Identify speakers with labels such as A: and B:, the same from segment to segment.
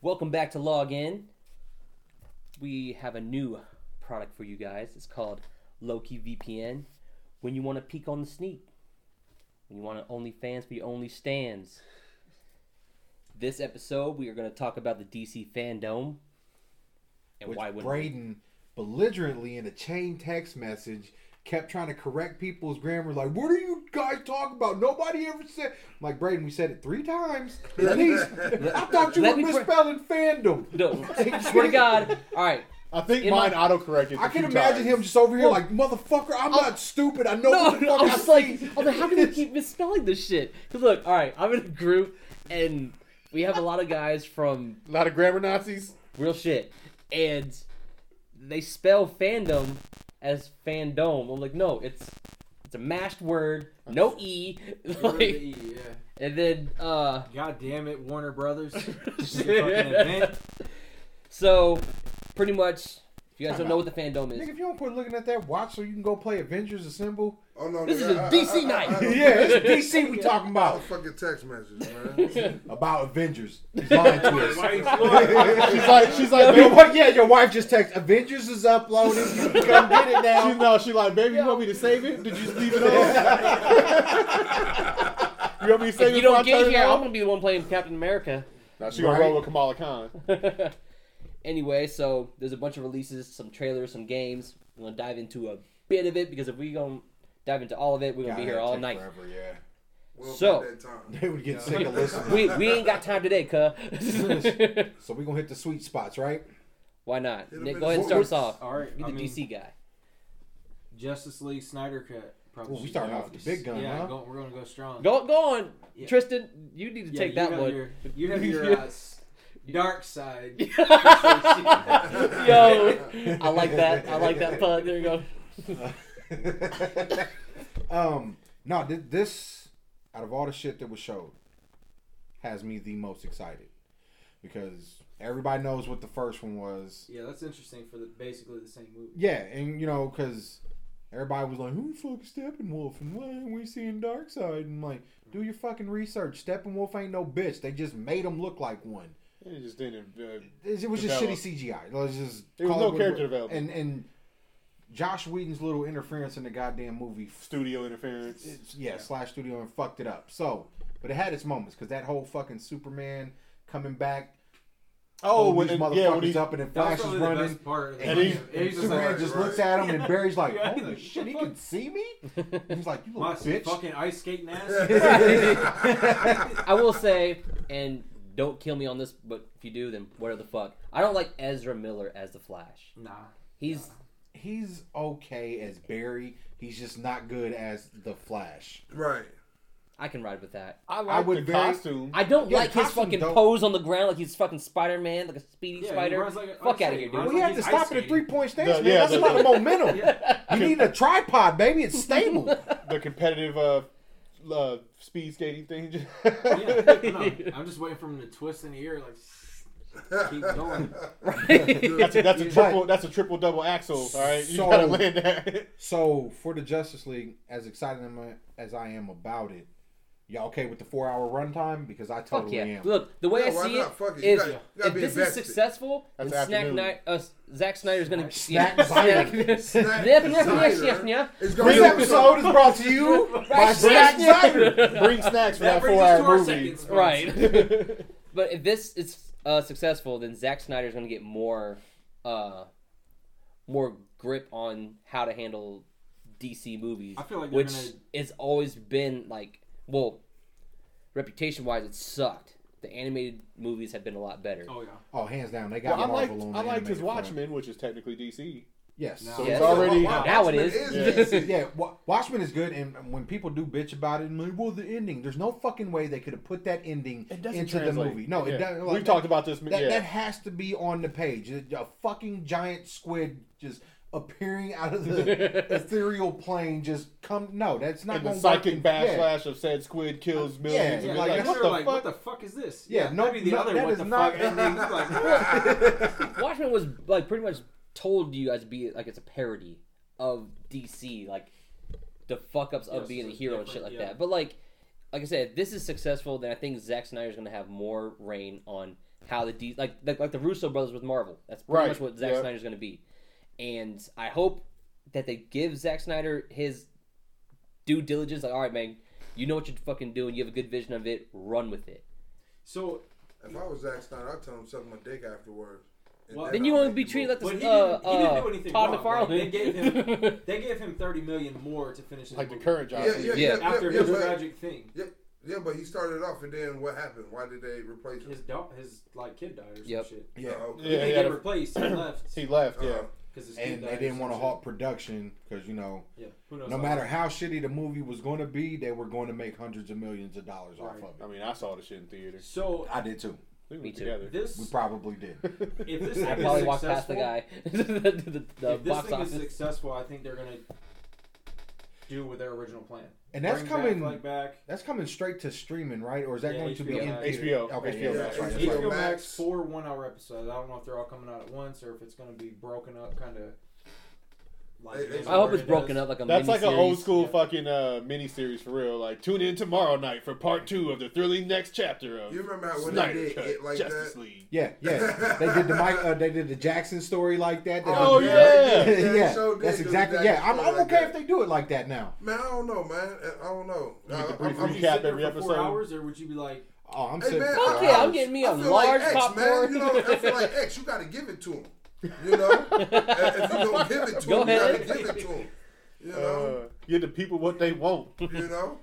A: Welcome back to Log In. We have a new product for you guys. It's called Loki VPN. When you want to peek on the sneak, when you want to OnlyFans for your only stands. This episode, we are going to talk about the DC fandom and
B: Which
A: why wouldn't we?
B: Braden belligerently in a chain text message kept trying to correct people's grammar. Like, what are you guys talking about? Nobody ever said. I'm like, Braden, we said it three times. At least. I thought you were
A: Let me pre-
B: misspelling fandom.
A: No, swear to God. All right.
C: I think
A: In
C: mine
A: my-
C: autocorrected.
B: I
C: a
B: can
C: few
B: imagine
C: times.
B: him just over here like, motherfucker, I'm not stupid. I know
A: No,
B: what the
A: no,
B: fuck
A: I
B: I
A: was like,
B: see."
A: I'm like, how can we keep misspelling this shit? Because look, all right, I'm in a group and we have a lot of guys from
C: A lot of grammar Nazis.
A: real shit, and they spell fandom as fandom. I'm like, no, it's it's a mashed word, no e, like,
D: yeah.
A: and then uh,
D: God damn it, Warner Brothers. This is a fucking event.
A: so pretty much, if you guys don't know what the fandom
B: Nigga, if
A: is,
B: you don't quit looking at that watch so you can go play Avengers Assemble.
E: Oh no,
A: This
E: nigga,
A: is a
E: I- I-
A: DC
E: I- I-
A: night.
E: I don't-
B: Yeah, it's DC we talking
E: I don't
B: about.
E: fucking text messages, man.
B: About Avengers. He's lying to us.
D: Why you slow?
C: She's like, she's like,
B: Your
C: baby.
B: wife- yeah, your wife just texted, Avengers is uploading. You can come get it
C: She,
B: now.
C: no, she like, baby, you want me to save it? Did you just leave it on? you want me to
A: if
C: save it?
A: you
C: before I
A: don't get
C: turn it
A: here, I'm
C: on?
A: gonna be the one playing Captain America.
C: Now she gonna
B: Right.
C: roll with Kamala Khan.
A: anyway, so there's a bunch of releases, some trailers, some games. We're gonna dive into a bit of it because if we gonna dive into all of it, we're gonna be here all night.
B: Forever, yeah.
E: Well,
A: So-
E: at that time.
B: They would get sick of listening.
A: We, we ain't got time today, cuh.
B: so we gonna hit the sweet spots, right?
A: Why not?
E: Hit 'em
A: Nick,
E: in
A: go ahead and
E: the-
A: start us off.
D: All right,
A: Be the
D: I mean,
A: DC guy.
D: Justice League Snyder Cut.
B: Ooh,
D: Probably.
B: we starting off with the big gun,
D: yeah,
B: huh?
D: go, we're gonna go strong.
A: Go go on,
D: Yeah.
A: Tristan. You need to
D: Yeah,
A: take
D: you
A: that
D: have
A: one.
D: Your, you have your uh, s- dark side.
A: Yo, I like that. I like that pun. There you go.
B: um, no, thi- this out of all the shit that was showed has me the most excited because everybody knows what the first one was.
D: yeah, that's interesting for the basically the same movie.
B: Yeah, and you know because everybody was like, "Who the fuck is Steppenwolf?" and why ain't we seeing Dark Side? And like, do your fucking research. Steppenwolf ain't no bitch. They just made him look like one.
C: It just didn't. Uh,
B: It it was
C: Develop.
B: just shitty CGI. Let's just
C: There was
B: call
C: no
B: what it
C: character development.
B: And and Josh Whedon's little interference in the goddamn movie, f-
C: studio interference.
B: it's- yeah, slash studio and fucked it up. So, but it had its moments because that whole fucking Superman coming back,
C: Oh,
B: holding
C: when
B: these
C: it-
B: motherfuckers
C: yeah, when he,
B: up, and then Flash is
D: That's probably the
B: running.
D: best part. Of the
C: And
D: movie.
C: he-
D: Yeah, he's just
B: Superman
D: like,
B: just
E: right.
B: looks at him, and Barry's like,
D: Yeah.
B: "Holy shit, he can see me!" He's like, "You
D: my
B: little bitch."
D: fucking ice skating ass.
B: I
A: I will say, and don't kill me on this, but if you do, then whatever the fuck. I don't like Ezra Miller as the Flash.
D: nah.
A: He's
B: He's okay as Barry. He's just not good as the Flash.
E: Right.
A: I can ride with that.
C: I like
B: I would
C: the
B: very-
C: costume.
A: I don't
B: Yeah,
A: like his
B: costume
A: fucking
B: dope.
A: pose on the ground like he's fucking Spider Man, like a speedy
D: Yeah, he
A: spider.
D: runs like a-
A: Fuck
D: I'm
A: out of
D: saying,
A: here,
D: he runs
A: dude.
B: We had to
D: He's
B: stop at a
D: isolated.
B: three-point stance,
C: The-
B: man.
C: yeah,
B: That's a
C: the-
B: lot of momentum.
D: Yeah.
B: You need a tripod, baby. It's stable.
C: the competitive uh, uh, speed skating thing.
D: Yeah, no, I'm just waiting for him to twist in the ear, like keep going.
C: That's a, that's a
B: But-
C: triple. That's a triple double axle. All right, you
B: So-
C: gotta land that.
B: so for the Justice League, as excited am I- as I am about it, y'all okay with the four-hour runtime? Because I
A: Fuck
B: totally
A: yeah.
B: am.
A: Look, the way
E: Yeah,
A: I
E: why
A: see
E: not?
A: it
E: Fuck it. You
A: is,
E: gotta- you gotta
A: if
E: be
A: this
E: invested.
A: is successful,
C: That's
A: then Snack
C: afternoon.
A: Night, uh, Zack Snyder's gonna
B: Snack
A: yeah,
B: Snyder.
E: Snack
A: Yep, yep, yep,
E: Cider
A: yep, yep.
E: is gonna
B: This
E: be-
B: episode is brought to you by Snack Snyder.
C: Bring snacks for that,
D: That brings us to
C: four-hour
D: our
C: movie.
D: second sponsor.
A: Right. but if this is uh, successful, then Zack Snyder's going to get more, uh, more grip on how to handle DC movies,
D: I feel like they're
A: which
D: gonna-
A: has always been like, well, reputation wise, it sucked. The animated movies have been a lot better.
D: Oh yeah.
B: Oh, hands down, they got
C: Well, I liked,
B: Marvel on
C: I
B: the
C: liked his
B: animated front.
C: Watchmen, which is technically DC.
B: Yes.
D: No.
C: So
A: Yeah.
C: he's already.
E: Wow,
A: Now it
E: Watchmen
A: is.
E: is
B: Yeah, yeah, Wa- Watchmen is good, and when people do bitch about it, and like, well, the ending. There's no fucking way they could have put that ending into the movie. No,
C: Yeah.
B: it doesn't.
C: We've
B: like,
C: talked about this.
B: That,
C: yeah.
B: that has to be on the page. A, a fucking giant squid just appearing out of the ethereal plane. Just come. No, that's not
C: and the
B: going to
C: psychic
B: work. in- yeah.
C: backlash of said squid kills millions.
B: Yeah,
D: Yeah,
C: of
B: like,
D: like,
C: like,
B: that's-
C: what
D: what, the
C: the
D: like
C: fuck?
D: what the fuck is this?
B: Yeah, no,
D: that'd be the
B: no,
D: other
B: that
D: what
B: is
D: the
B: not-
D: fuck. And then he's like, what?
A: Watchmen was like pretty much told you guys to be like it's a parody of DC, like the fuck ups
D: Yeah,
A: of being a
D: it's
A: hero and shit
D: different,
A: like
D: yeah.
A: that. But like like I said, if this is successful, then I think Zack Snyder's going to have more reign on how the D like like, like the Russo brothers with Marvel. That's pretty
C: Right,
A: much what Zack
C: yeah.
A: Snyder's going to be, and I hope that they give Zack Snyder his due diligence. Like, all right, man, you know what you're fucking doing. You have a good vision of it. Run with it.
D: So
E: If I was Zack Snyder, I'd tell him suck my dick afterwards. And
D: Well,
A: Then you
E: I'll
A: won't
E: make
A: be
E: the
A: treated like
E: move.
A: this.
D: But he
A: uh,
D: didn't- he didn't
A: uh,
D: do anything
A: Todd
D: wrong,
A: McFarlane.
D: like, they gave him- they gave him thirty million more to finish his
C: Like the
D: movie
C: current job.
E: Yeah, yeah,
A: Yeah.
E: yeah.
D: after
E: yeah,
D: his
E: but-
D: tragic thing.
E: Yeah, but he started off, and then what happened? Why did they replace him?
D: His dog, his like kid died or
A: Yep.
D: some shit.
E: Oh, okay.
C: Yeah,
D: they
C: he
D: get
C: had a-
D: replaced. He left
C: He left, yeah.
E: Uh-huh.
D: because his kid
B: And
D: died.
B: they
D: or
B: didn't
D: some
B: want to
D: shit.
B: halt production because you know,
D: Yeah, who knows?
B: no
D: how-
B: matter how shitty the movie was going to be, they were going to make hundreds of millions of dollars
D: Right.
B: off
C: I
B: of it.
C: mean, I saw the shit in theaters.
D: So
B: I did too.
C: We were
A: Me too.
C: together.
B: We
D: this,
B: probably did.
D: if this
A: I
D: thing
A: probably
D: is
A: walked past the
D: successful-
A: guy, the, the- the
D: if this
A: box
D: thing
A: office.
D: is successful, I think they're gonna do with their original plan.
B: And that's
D: Bring
B: coming.
D: back, like back.
B: That's coming straight to streaming, right? Or is that
D: Yeah,
B: going to be
D: HBO
B: in
D: Max.
B: theater?
C: HBO.
B: Okay,
C: HBO
B: yeah,
E: Max.
B: that's right, that's
E: HBO
B: right.
D: HBO Max
E: Max.
D: four one-hour episodes. I don't know if they're all coming out at once or if it's gonna be broken up, kind of. Like
E: It- it's-
A: I hope it's broken up like a.
C: That's like an
A: miniseries.
C: old school
D: Yeah.
C: fucking uh, miniseries for real. Like, tune in tomorrow night for part two of the thrilling next chapter of
E: You remember how when they
C: Snyder
E: did
C: Cut
E: it like
C: Justice
E: that?
C: League.
B: Yeah, yeah. They did the Mike, uh, they did the Jackson story like that. They
C: Oh,
B: did-
C: yeah.
E: They
B: yeah.
E: showed it,
B: that's
E: the
B: exactly.
E: Jackson
B: Yeah, I'm,
E: story
B: I'm
E: like
B: okay
E: that.
B: if they do it like that now.
E: Man, I don't know, man. I don't know. I,
C: get the brief
E: I'm- I'm-
D: Would you
C: Recap
D: sit there
C: every
D: for four
C: episode.
D: hours, or would you be like,
B: Oh, I'm
E: Hey,
B: sitting.
E: man,
B: for
A: Fuck yeah, I'm
B: hours.
A: getting me a
E: I feel
A: large
E: like X,
A: popcorn.
E: man. You know, I feel like X. You got to give it to him. You know, if you don't give it to
A: Go
E: him, you got
A: ahead.
E: to give it to him. You know,
C: Uh, give the people what they want.
E: you know.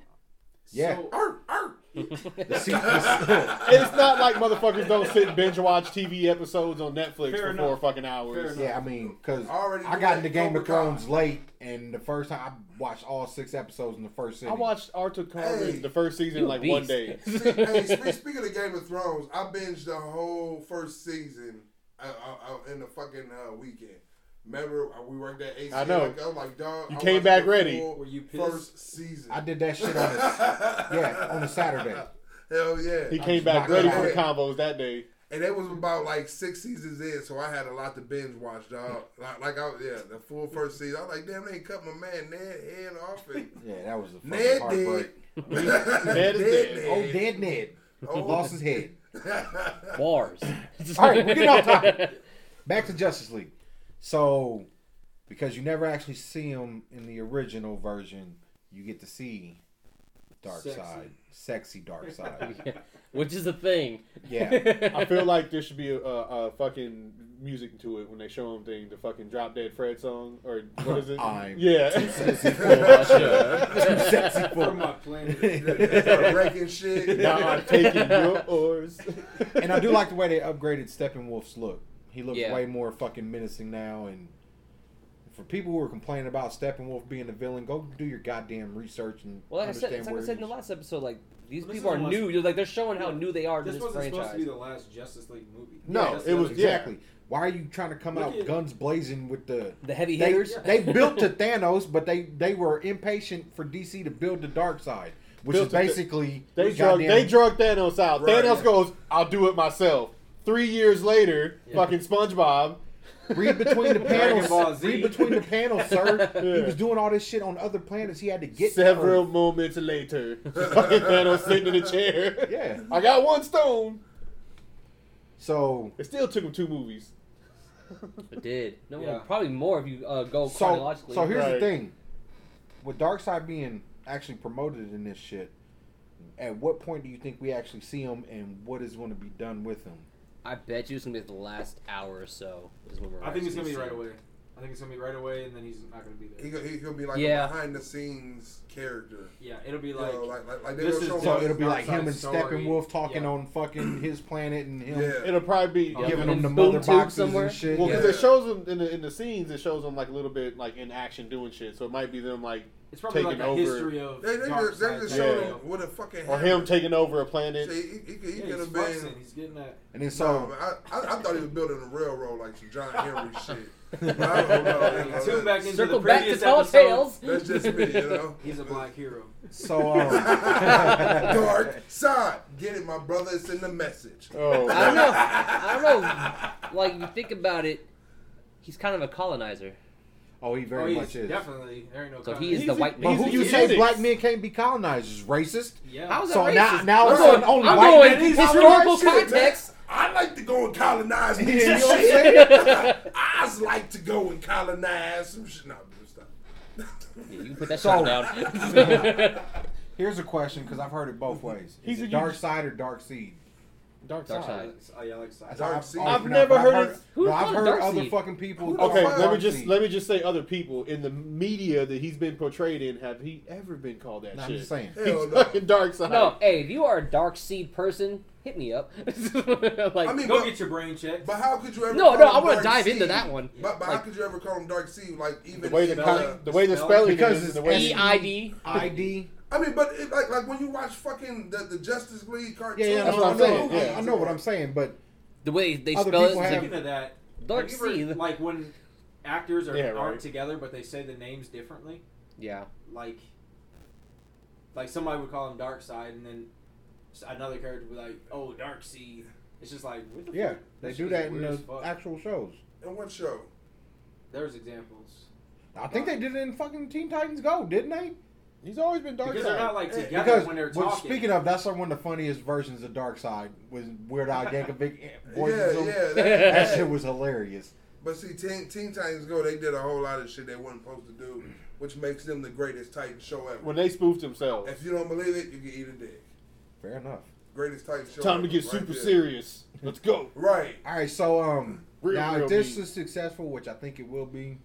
B: Yeah.
D: So,
E: Arr, arr.
B: The se- the se-
C: it's not like motherfuckers don't sit and binge watch TV episodes on Netflix
D: Fair
C: for
D: enough.
C: four fucking
D: Fair
C: hours.
D: enough.
B: yeah, I mean, because
E: I already
B: I
E: knew
B: got
E: that
B: into Game of
E: Cobra Kai.
B: Thrones late, and the first time I watched all six episodes in the first
C: I
B: sitting.
C: watched Arthur Carmen
E: Hey.
C: the first
A: You
C: season in
A: a
C: like one
A: beast.
C: day.
E: Spe- hey, spe- speaking of Game of Thrones, I binged the whole first season uh, uh, uh, in the fucking uh, weekend. Remember, uh, we worked at AC.
C: I know.
E: Like, I was like, dog.
C: You
E: I
C: came
E: watched
C: back
E: the
C: ready.
E: full
D: Were you pissed?
E: First season.
B: I did that shit on a yeah on a Saturday.
E: Hell yeah.
C: He
B: I'm
C: came
B: just
C: back
B: not
C: ready for
E: gonna
C: the
E: lie.
C: combos that day.
E: And it was about like six seasons in, so I had a lot to binge watch, dog. Like, like I, yeah, the full first season. I was like, damn, they cut my man Ned head off. And
B: Yeah, that was a fucking
E: Ned
B: heartbreak.
E: dead.
C: Ned is dead.
B: Oh, dead Ned
E: Oh.
B: lost his head.
A: Bars.
B: All right, we're getting off topic. Back to Justice League. So, because you never actually see him in the original version, you get to see Dark
D: Sexy.
B: Side, sexy Dark Side.
A: Which is a thing.
B: yeah,
C: I feel like there should be a, a, a fucking music to it when they show him thing, the fucking Drop Dead Fred song or what is it?
B: I'm
C: yeah,
B: sexy
D: from
B: for.
D: my planet.
E: They start wrecking shit.
C: now I'm taking yours.
B: And I do like the way they upgraded Steppenwolf's look. He looks
A: Yeah.
B: way more fucking menacing now. And for people who are complaining about Steppenwolf being a villain, go do your goddamn research and
A: Well, like I said,
B: understand
A: it's like
B: where
A: I said in the
B: he's-
A: last episode, like these
D: Well, this
A: people are
D: isn't
A: new.
D: last-
A: You're like they're showing how new they are to
D: this
A: this,
D: wasn't supposed to be
A: franchise.
D: the last Justice League movie.
C: No,
D: That's
C: it
D: the
C: was-
D: other-
C: yeah.
B: exactly. Why are you trying to come
D: Look
B: out
D: at-
B: guns blazing with the
A: The heavy
B: they,
A: hitters.
B: they built to Thanos, but they they were impatient for DC to build the dark side, which
C: Built
B: is
C: to Th-
B: basically
C: They drug,
B: goddamn-
C: they drug Thanos out.
E: Right.
C: Thanos goes, "I'll do it myself." Three years later,
D: Yeah.
C: fucking SpongeBob.
B: read between the
D: Dragon Ball
B: panels.
D: Z.
B: Read between the panels, sir. He
C: Yeah.
B: was doing all this shit on other planets. He had to get to
C: Several
B: Earth.
C: moments later, fucking Thanos sitting in a chair.
B: Yeah.
C: I got one stone.
B: So
C: It still took him two movies.
A: It did. No,
D: Yeah.
A: probably more if you uh, go
B: so
A: chronologically.
B: so here's the
C: Right.
B: thing: with Darkseid being actually promoted in this shit, at what point do you think we actually see him, and what is going to be done with him?
A: I bet you it's gonna be the last hour or so. Is when we're
D: I think it's gonna
A: actually
D: be right
A: seeing.
D: away. I think it's gonna be right away, and then he's not gonna be
E: He,
D: there.
E: go- he, he'll be like
A: Yeah.
E: a behind the scenes character.
D: Yeah, it'll be
E: You
D: like,
E: know, like, like, like they
D: this
E: don't
D: is
E: show him
B: So
D: Well,
E: on
B: it'll be
E: his
B: like
E: outside
B: him and
D: story.
B: Steppenwolf talking
D: Yeah.
B: on fucking his planet and him
E: Yeah.
C: It'll probably be
D: Yeah.
B: giving
A: Yeah.
B: him the
A: Boom
B: mother
A: tube
B: boxes
A: somewhere?
B: and shit.
C: Well, because
E: Yeah.
C: it shows them in the in the scenes, it shows them like a little bit like in action doing shit. So it might be them like
D: it's probably like
C: taking
D: a
C: over.
D: history of
E: They, they
D: Dark
E: just, they
D: Side
E: just
D: type
E: showed
D: deal.
E: him with a fucking
C: or
E: hammer.
C: him taking over a planet.
E: See, he, he, he
D: Yeah,
E: could
D: he's
E: have been.
D: flexing. He's getting that.
B: And then
E: So
B: so
E: I, I, I thought he was building a railroad like some John Henry shit. But I don't know. you know,
D: Tune back into
A: Circle
D: the
A: back to
D: previous
A: Tall
D: episode.
A: Tales.
E: That's just me, you know.
D: He's a black hero.
B: so um,
E: Dark side, get it, my brother. It's in the message.
C: Oh,
A: I don't know. I don't know. Like you think about it, he's kind of a colonizer.
B: Oh, he
D: Oh,
B: very
D: he's
B: much is.
D: definitely. There ain't no.
A: So he
D: comment.
A: is the
B: He's-
A: white
B: But
A: man.
B: who
C: He's-
B: you
C: he
B: say
C: is.
B: black men can't be colonized is racist?
D: Yeah.
A: How's that
B: So
A: racist?
B: now- now all of a
A: I'm
B: sudden only
A: I'm
B: white
A: going
B: men is
A: historical
B: colonized? Shit,
A: context.
E: I like to go and colonize
B: You
E: these
B: know what I'm
E: shit.
B: saying?
E: I like to go and colonize some shit. No, stop.
A: Yeah, you can put that
B: So-
A: shit down.
B: Here's a question because I've heard it both ways.
C: He's
B: Is
C: a-
B: it dark side or dark seed?
C: Dark
A: Dark
C: side.
A: side.
D: Oh, yeah, I like side.
B: That's
E: Dark
B: how
E: seed.
B: always
E: I've
B: been-
C: never heard it-
B: No,
A: Who
B: I've
A: called it
B: heard
A: dark
B: other
A: seed?
B: fucking people.
E: Who the
C: Okay,
E: fuck?
C: let me just let me just say other people in the media that he's been portrayed in. Have he ever been called that
B: No,
C: shit?
B: I'm just saying.
C: He's
E: Hell no.
C: fucking dark side.
A: no, hey, if you are a dark seed person, hit me up. like,
E: I mean,
D: Go
E: but,
D: get your brain checked.
E: but how could you ever?
A: No,
E: call
A: no,
E: him
A: I wanna
E: Dark
A: dive
E: Sea?
A: into that one.
E: But, but how
A: Like-
E: could you ever call him Dark Sea? Like even
C: The way the,
E: in, uh,
C: spelling, the way the
D: Spelling.
C: spelling
B: Because
C: is, and
B: it's
C: the way
A: E I D.
B: ID.
E: I mean, but it, like like when you watch fucking the, the Justice League cartoon,
B: Yeah, yeah,
C: That's
B: no,
C: what
B: I
C: I'm
B: know.
C: saying, yeah.
B: I, I know what I'm saying, but
A: The way they
B: Other
A: spell it,
B: people
A: it's
B: have-
A: like,
D: Speaking of that,
A: Dark
D: have you ever-
A: Sea.
D: like when actors are,
C: Yeah, right.
D: aren't together, but they say the names differently.
A: yeah.
D: Like, like somebody would call him Dark Side, and then s- another character would be like, "Oh, Dark Sea." It's just like, what the
B: yeah,
D: fuck?
B: they
D: That
B: do
D: shit
B: that
D: is
B: in
D: weird
B: the
D: as fuck.
B: actual shows.
E: in what show?
D: There's examples
B: I think they did it in fucking Teen Titans Go, didn't they?
C: he's always been dark
D: because they're
C: side.
D: not like
E: Yeah,
D: together
B: Eh, Because
D: when they're
B: well,
D: talking.
B: speaking of, that's like one of the funniest versions of Dark Side was Weird Al Yankovic
E: yeah,
B: voices him.
E: yeah.
B: That
E: That,
B: shit was hilarious.
E: but see, Teen, Teen Titans Go, they did a whole lot of shit they weren't supposed to do, which makes them the greatest Titan show ever.
C: when they spoofed themselves.
E: if you don't believe it, you can eat a dick.
B: Fair enough.
E: Greatest Titan show.
C: Time to
E: ever,
C: get
E: right
C: super
E: there.
C: serious. Let's go.
E: Right?
B: All right, so um,
C: Real,
B: now
C: real
B: if this
C: mean.
B: is successful, which I think it will be,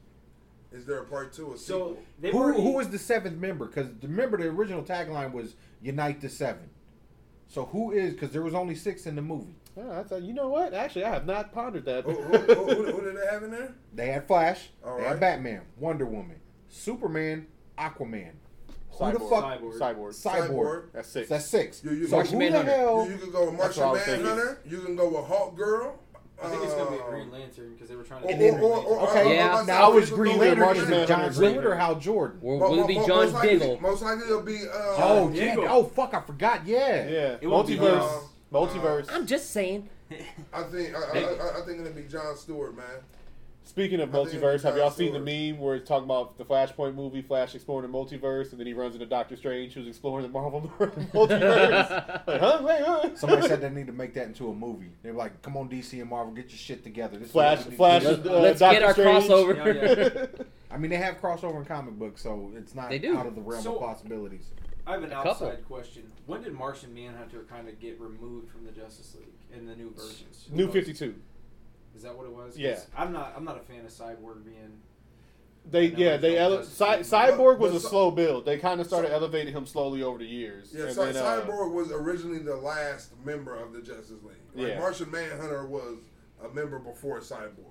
E: Is there a part two? A
D: so
E: sequel?
D: they
B: who
D: were
B: who was the seventh member? Because remember the original tagline was "Unite the Seven. So who is? Because there was only six in the movie.
C: Oh, that's a- you know what? Actually, I have not pondered that.
E: who, who, who, who, who did they have in there?
B: They had Flash,
E: All
B: they
E: right.
B: had Batman, Wonder Woman, Superman, Aquaman, who the
C: Cyborg.
B: fuck,
D: Cyborg.
C: Cyborg.
B: Cyborg.
C: That's six.
B: That's six.
E: You- you-
B: so
A: Martian
B: who the
A: Manhunter.
B: hell?
E: You, you can go with
C: That's what I
E: Martian
C: was thinking.
E: Manhunter. You can go with Hawk Girl.
D: I think it's gonna be
E: Um,
C: Oh.
D: Green Lantern because they were trying to.
E: Or,
D: get
E: or, or, or,
B: Okay,
E: or-
A: Yeah.
E: or-
B: now
E: or-
B: is
E: or-
B: Green
E: or-
B: Lantern
E: or-
B: is
C: Martian
B: it John
C: Manhunter.
B: Stewart or Hal Jordan?
A: Or
E: Mo-
A: will it be
E: mo-
A: John
E: most likely-
A: Diggle?
E: Most likely it'll be. Uh,
B: Oh
D: John
B: yeah!
D: Diggle.
B: Oh fuck! I forgot. Yeah.
C: yeah.
D: It won't be um,
C: Multiverse.
E: us.
C: Multiverse.
A: I'm just saying.
E: I think I, I, I, I think it'll be John Stewart, man.
C: Speaking of
E: I think
C: multiverse, have y'all seen the
E: John
C: meme where it's talking about the Flashpoint movie, Flash exploring the multiverse, and then he runs into Doctor Strange, who's exploring the Marvel multiverse? like, huh? Wait, huh?
B: Somebody said they need to make that into a movie. They're like, "Come on, DC and Marvel, get your shit together." This is what
C: Flash,
B: we need to
C: Flash,
B: do."
A: Let-
C: is, uh,
A: let's
C: Doctor
A: get our
C: Strange.
A: crossover.
D: Yeah,
B: I mean, they have crossover in comic books, so it's not
A: They do.
B: out of the realm
D: So-
B: of possibilities.
D: I have an
A: A couple.
D: outside question. When did Martian Manhunter kind of get removed from the Justice League in the new versions?
C: New Fifty Two.
D: Is that what it was? 'Cause
C: Yeah.
D: I'm not. I'm not a fan of Cyborg being.
C: They
D: I know
C: yeah
D: it's
C: they
D: not
C: ele-
D: just-
C: Cy-
D: but-
C: Cyborg was
E: but
C: a
E: Cy-
C: slow build. They kind of started
E: Cy-
C: elevating him slowly over the years.
E: Yeah,
C: And
E: Cy-
C: then, uh,
E: Cyborg was originally the last member of the Justice League. Like
C: Yeah.
E: Martian Manhunter was a member before Cyborg.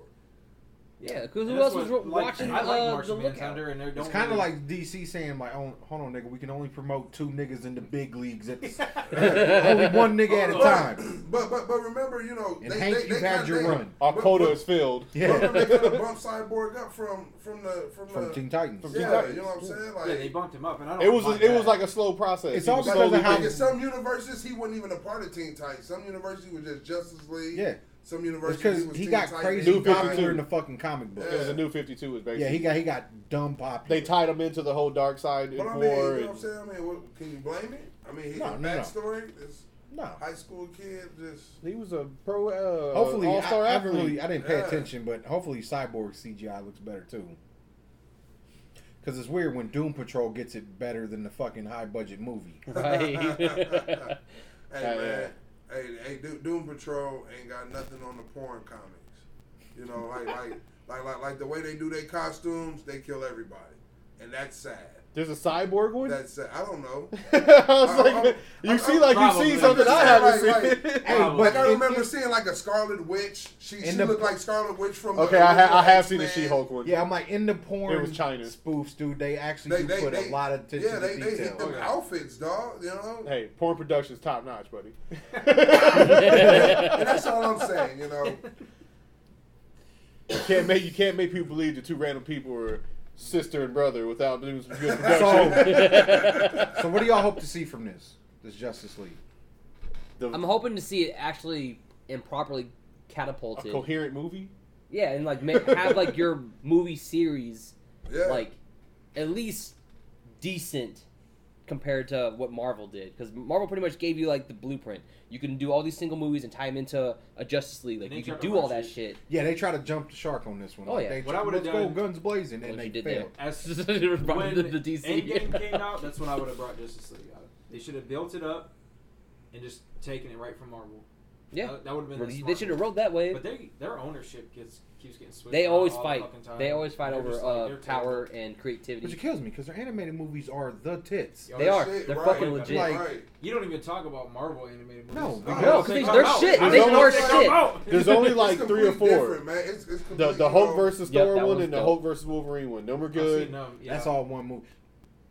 A: Yeah, because
D: And
A: who
D: that's
A: else was
D: what-
A: ro-
D: like,
A: watching
D: I like
A: uh,
D: Martian
A: the lookout?
D: Manhunter, and they don't.
B: It's kind of
D: really-
B: like DC saying, "Like, oh, hold on, nigga, we can only promote two niggas in the big leagues at the only one nigga at a time."
E: But but but remember, you know,
B: And Hank, you've had
E: kinda-
B: your
E: they-
B: run.
C: our
E: but-
C: quota
E: but-
C: is filled.
E: Remember
B: Yeah,
E: they kind of bumped Cyborg up from from the uh, from,
B: from
E: the
B: Teen Titans.
C: From Teen
E: yeah,
C: Titans.
E: you know what I'm saying? Like,
D: Yeah, they bumped him up, and I don't.
C: It was
D: mind
C: it was
D: that.
C: like a slow process.
B: It's
C: He
B: all
C: was
B: because
C: slowly
B: of how-
E: Like in
C: building.
E: some universes, he wasn't even a part of Teen Titans. Some universes he was just Justice League.
B: Yeah.
E: Some
B: It's
E: universes
B: because
E: he was
B: he
E: Teen
B: got
E: Titans.
B: crazy
C: New
B: popular
C: 52.
B: in the fucking comic book.
C: It was a new Fifty Two. Was basically
B: Yeah, he got he got dumb popular.
C: they tied him into the whole dark side
E: But I mean, you
C: war.
E: know what I'm
C: and-
E: saying? I mean, what, can you blame it? I mean, his
B: No, no, no.
E: backstory, this
B: no.
E: high school kid, just
C: He was a pro. Uh,
B: Hopefully, I,
C: all-star
B: I
C: athlete.
B: haven't really I didn't pay
E: Yeah.
B: attention, but hopefully, Cyborg CGI looks better too. Because it's weird when Doom Patrol gets it better than the fucking high budget movie.
A: Right.
E: hey
C: Yeah,
E: man, hey hey, Do- Doom Patrol ain't got nothing on the porn comics. You know, like like like like like the way they do their costumes, they kill everybody, and that's sad.
C: There's a cyborg one.
E: That's sad. I don't know.
C: I was
E: I-
C: like,
E: I-
C: you
E: I-
C: see, like you
D: probably.
C: see something I haven't
E: Right, right.
C: seen.
B: Hey,
D: Wow.
B: but
E: like I
B: it-
E: remember
B: it-
E: seeing like a Scarlet Witch. She she
B: In the-
E: looked like Scarlet Witch from.
C: okay,
E: the
C: I, ha- I
E: original
C: have seen the
E: X-Men.
C: She Hulk one.
B: yeah, I'm like in the porn.
C: It was China.
B: spoofs, dude. They actually
E: They,
B: do
E: they,
B: put
E: they,
B: a lot of attention
E: yeah,
B: to
E: they,
B: detail.
E: they hit them
D: Okay.
E: outfits, dog. You know,
C: Hey, porn production's top notch, buddy.
E: and that's all I'm saying. You know,
C: you can't make you can't make people believe the two random people are sister and brother without doing some good production.
B: so, what do y'all hope to see from this? This Justice League.
C: The-
A: I'm hoping to see it actually and properly
C: a
A: catapulted.
C: coherent movie.
A: Yeah, and like ma- have like your movie series
E: Yeah.
A: like at least decent compared to what Marvel did because Marvel pretty much gave you like the blueprint. You can do all these single movies and tie them into a Justice League. Like
D: And
A: you
D: they
A: can
D: tried to
A: do all that
D: rush
A: shit.
B: Yeah, they try to jump the shark on this one.
A: Oh,
B: Like,
A: yeah.
B: they
D: What
B: tr-
D: I would've
B: let's go
D: done-
B: guns blazing, and
A: What
B: they
A: you did there.
B: failed.
D: As
A: Brought
D: when
A: them to DC.
D: Endgame came out, that's when I would have brought Justice League out. They should have built it up and just taken it right from Marvel.
A: Yeah,
D: that, that would have been. the
A: they
D: smart
A: should have
D: move.
A: rolled that way.
D: But they, their ownership gets keeps getting switched.
A: They
D: around
A: always
D: all the
A: fight.
D: fucking time.
A: They always fight
D: They're
A: over
D: just like,
A: uh,
D: they're terrible.
A: power and
B: Which
A: creativity.
B: kills me because their animated movies are the tits.
D: Yo,
A: They
D: that
A: are.
D: shit-
E: Shit,
A: They're
E: right,
A: fucking
E: right,
A: legit.
E: right.
D: You don't even talk about Marvel animated movies.
B: No, because-
A: No, 'cause they- they're shit.
C: They are
A: shit.
C: There's only
E: It's
C: like three or
E: completely
C: four.
E: different, Man. It's, it's
C: The,
E: completely,
C: the
E: you
C: Hulk
E: know,
C: versus
A: Yep,
C: Thor
A: that
C: one
A: one's
C: and the
A: dope.
C: Hulk versus Wolverine one. No, we're good.
B: That's all one movie.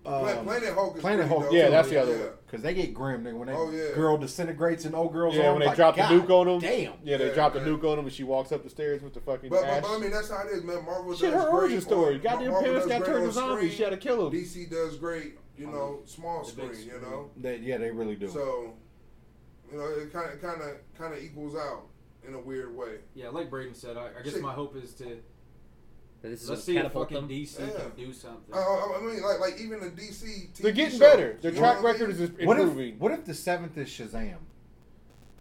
E: Pla-
B: Um,
E: Planet Hulk. Is
B: Planet
E: pretty
B: Hulk.
E: dope,
C: Yeah,
E: too.
C: that's the other one.
B: Cause they get grim nigga, when that
E: Oh, yeah.
B: girl disintegrates and old girl's
C: Yeah,
B: arm,
C: when they
B: like,
C: dropped the
B: God
C: nuke on him.
B: Damn.
C: Yeah, they
E: Yeah,
C: dropped the
E: man.
C: nuke on him and she walks up the stairs with the fucking
E: But,
C: ash.
E: but, but I mean, that's how it is, man. Marvel
C: Shit,
E: does
C: her
E: great
C: origin story.
E: on-
C: Goddamn
E: Marvel
C: parents
E: does
C: got
E: great
C: turned
E: on
C: to zombies. She
E: screen.
C: had to kill him.
E: DC does great, you know, small
D: the big
E: screen, you know.
B: They, yeah, they really do.
E: So, you know, it kind of, kind of, kind of equals out in a weird way.
D: Yeah, like Braden said, I, I guess
E: Shit.
D: my hope is to
A: That This is
D: let's
A: Let's
D: see if
A: catapult
D: fucking
A: them.
D: DC can
E: Yeah.
D: do something.
E: I, I I mean, like, like even the DC. TV
C: They're getting
E: shows,
C: better. Their
E: you know
C: track
E: what I mean?
C: record is
B: What if,
C: improving.
B: what if the seventh is Shazam?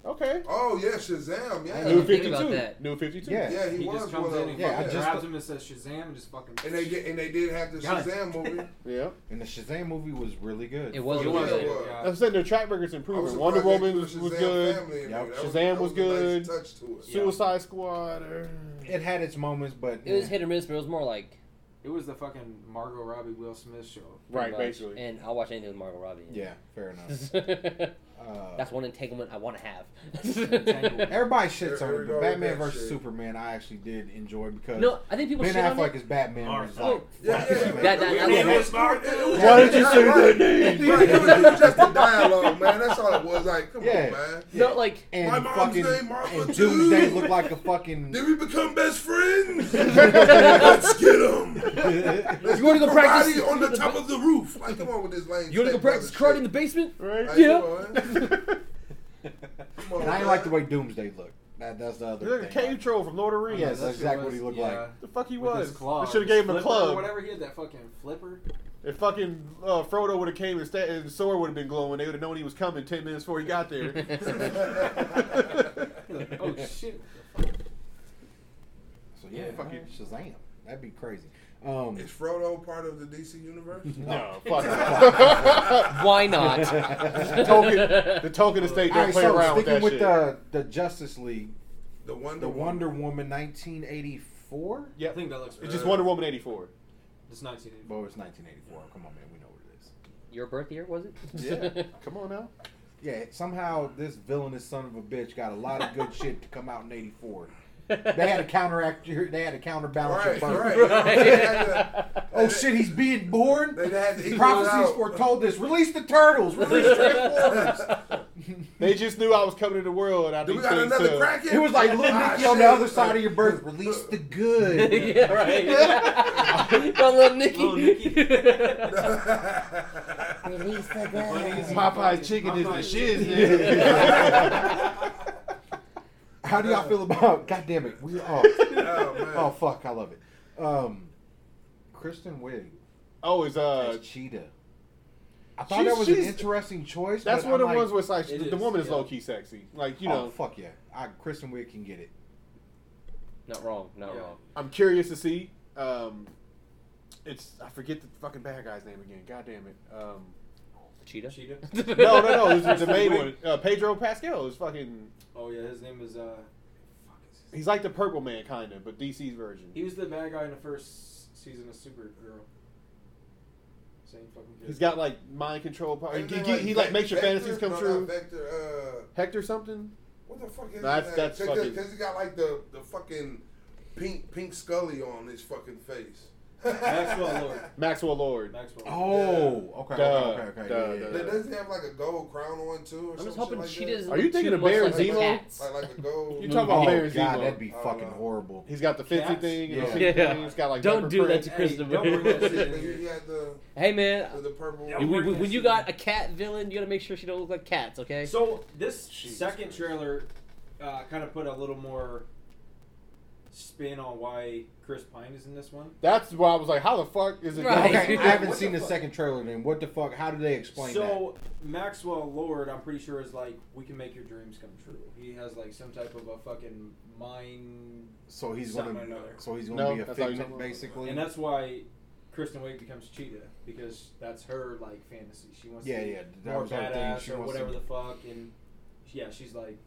C: Okay.
E: Oh yeah, Shazam.
B: I
E: Yeah.
B: didn't
C: New
A: think
C: Fifty
A: about
C: Two.
A: that.
C: New Fifty Two.
B: Yeah.
E: Yeah, he,
D: he
E: was.
D: just comes
E: one
D: in
E: of
D: and
E: them.
B: yeah, I
D: fucking
B: just-
D: grabs him and says Shazam and just fucking.
E: And they did, and they did have the
A: Got it.
E: Shazam movie.
C: Yeah.
B: And the Shazam movie was really good.
A: It was
E: Oh,
D: It
A: really
D: was
E: yeah,
A: good.
E: it was.
D: yeah.
C: I'm saying their track record's
E: I was
C: improving. Wonder
E: surprised they
C: Woman
E: threw
C: was,
E: Shazam
C: was good.
E: family
B: Yep.
E: in there. That
C: Shazam
E: that
C: was
E: a nice
C: good.
E: touch to it.
D: Yeah.
C: Suicide Squad. er.
B: It had its moments, but
A: It was
B: eh.
A: hit or miss, but it was more like
D: It was the fucking Margot Robbie Will Smith show.
A: pretty
C: Right,
A: much.
C: basically.
A: And I'll watch anything with Margot Robbie. in it.
B: yeah, fair enough. Uh,
A: That's one entanglement I want to have.
D: Entanglement.
B: everybody shits
E: There-
B: on
E: there
B: it,
E: we
B: but
E: go with
B: Batman
E: that
B: versus
E: shit.
B: Superman, I actually did enjoy because
A: no, I think people
B: Ben
A: shit on
B: Affleck
A: it.
B: is Batman.
D: Mark.
B: Was
A: Oh,
B: like,
E: Yeah,
B: fuck
E: yeah,
B: this
E: yeah.
A: That-
B: man.
A: that-
E: Yeah,
A: that-
E: yeah,
A: that-
E: it's Mark-
C: Why did you say
E: Right.
C: that name?
E: Right, it was just the dialogue, man. That's all it was. Like, come
B: Yeah.
E: on, man.
A: No, like
B: and
E: My mom's
B: fucking
E: name, Martha,
B: and
E: too.
B: Doomsday looked like a fucking.
E: Did we become best friends? Let's get him.
A: you want to go practice
E: Karate on the top of the roof. Like, come on with this lane.
A: You want to go practice karate in the basement?
C: Right.
E: Like,
A: Yeah.
E: come on, man. Come on,
B: and I
E: man.
B: didn't like the way Doomsday looked. That, that's the other
C: You're like a
B: thing.
C: cave troll from Lord of the Rings.
B: Yes,
D: That
B: that's
D: shit
B: exactly what
D: was-
B: he looked
D: yeah.
B: like.
C: The fuck he
D: With
C: was.
D: his claws.
C: They should have gave him a
D: Flipper Or
C: club.
D: whatever he had that fucking flipper.
C: If fucking uh, Frodo would have came and, sta- and the sword would have been glowing, they would have known he was coming ten minutes before he got there.
D: You're like, oh shit.
B: So yeah,
D: Yeah.
B: fucking Shazam. That'd be crazy. Um,
E: Is Frodo part of the DC universe?
C: no, fuck. it.
A: Why not?
C: the token, the token estate
B: all
C: don't
B: right,
C: play
B: so
C: around with
B: sticking
C: that
B: with,
C: shit.
B: the the Justice League,
E: The Wonder
B: the
E: Woman.
B: Wonder Woman, 1984.
D: I
C: Yep.
D: think that looks.
C: It's
D: It's,
C: just Wonder Woman eighty four.
D: it's 1984.
B: Well, it's 1984. Come on, man, we know what it is.
A: Your birth year was it?
B: Yeah.
C: Come on now.
B: Yeah, somehow this villainous son of a bitch got a lot of good shit to come out in '84. They had to counteract. your- They had to counterbalance. your
E: Right,
B: burden.
E: right. You know what I'm saying?
B: Oh shit, he's being born.
E: They had to equal it
B: Prophecies
E: out.
B: foretold this. Release the turtles. Release the Transformers.
C: They just knew I was coming to the world, and I
E: Do
C: did
E: we got another crack in?
B: It was like little
E: Ah,
B: Nicky on the
E: shit.
B: other side of your birth. Release the good.
A: yeah, right. Got little Nicky.
D: Little Nicky.
B: Release the
D: Buddies.
B: good.
C: Popeye's chicken is the
D: Popeye's
C: shiz.
D: chicken.
B: How do y'all feel about? God damn it, we're off.
E: Oh, man.
B: Oh fuck, I love it. Um, Kristen Wiig
C: Oh, it's
B: as
C: uh,
B: Cheetah. I thought
C: she's-
B: that was an
C: she's-
B: interesting choice.
C: that's
B: but
C: one
B: I'm
C: of the
B: like,
C: ones where it's like the,
D: It
C: the
D: is,
C: woman is
D: yeah.
C: low key sexy. Like you
B: oh,
C: know,
B: fuck yeah, I, Kristen Wiig can get it.
A: Not wrong. Not
D: Yeah.
A: wrong.
C: I'm curious to see. Um, it's I forget the fucking bad guy's name again. God damn it. Um,
A: Cheetah.
D: Cheetah.
C: no, no, no. It was the main
D: Wait.
C: one. Uh, Pedro Pascal is fucking.
D: Oh yeah, his name is uh. Fuck is his
C: He's like the purple man, kind of, but DC's version.
D: He was the bad guy in the first season of Supergirl. Same fucking. Kid.
C: He's got like mind control power. He,
E: Isn't
C: he,
E: that
C: he, like makes your
E: Vector?
C: fantasies come
E: No,
C: true.
E: not Vector, uh,
C: Hector something.
E: what the fuck is
C: That's-
E: that?
C: that's
E: Cause, 'cause-
C: fucking-
E: 'cause he got like the, the fucking pink pink Scully on his fucking face.
D: Maxwell Lord.
C: Maxwell Lord.
D: Maxwell.
B: Oh, okay, okay,
C: Duh,
B: okay, okay.
C: duh,
B: yeah, yeah,
C: duh.
E: That doesn't have like a gold crown on too, or
A: I'm
E: some
A: just
E: shit
A: hoping
E: like
A: she
E: that?
A: doesn't
C: Are
A: look
C: you thinking
A: too
C: of
A: much
C: Baron
A: like the
C: Zemo?
A: cats.
E: Like, like a gold.
C: You talking
B: Oh
C: about Baron
B: god,
C: Zemo.
B: that'd be
E: I don't
B: fucking
E: know.
B: horrible.
C: He's got the fancy
D: Cats?
C: thing. And
B: Yeah.
C: the yeah.
A: Yeah.
C: Thing. He's got like
A: Don't
C: leopard
A: do that
C: print.
A: to
D: Hey,
A: Christopher.
D: don't bring that shit
E: But you, you had the,
A: hey man,
E: the, the purple.
D: Yeah,
A: when,
D: we're
A: when-
D: gonna
A: when you
D: see
A: got
D: that.
A: a cat villain, you gotta make sure she don't look like cats. Okay.
D: So this
C: Jesus
D: second
C: Christ.
D: trailer uh, kind of put a little more spin on why Chris Pine is in this one.
C: That's why I was like, how the fuck is it?
A: Right.
B: Okay, I haven't
D: What
B: seen
D: the
B: the,
D: fuck?
B: second trailer. Then what the fuck? How do they explain
D: so Maxwell Lord, I'm pretty sure is like, we can make your dreams come true. He has like some type of a fucking mind,
B: that? So he's
D: something
B: gonna,
D: or another.
B: so he's gonna
C: No,
B: be a
C: that's how you talk
B: figment,
C: about-
B: basically.
D: and that's why Kristen Wiig becomes Cheetah because that's her like fantasy. She wants
B: yeah,
D: to be
B: yeah. That
D: more
B: was her thing.
D: badass
B: She
D: or
B: wants to
D: whatever
B: be-
D: the fuck, and yeah, she's like,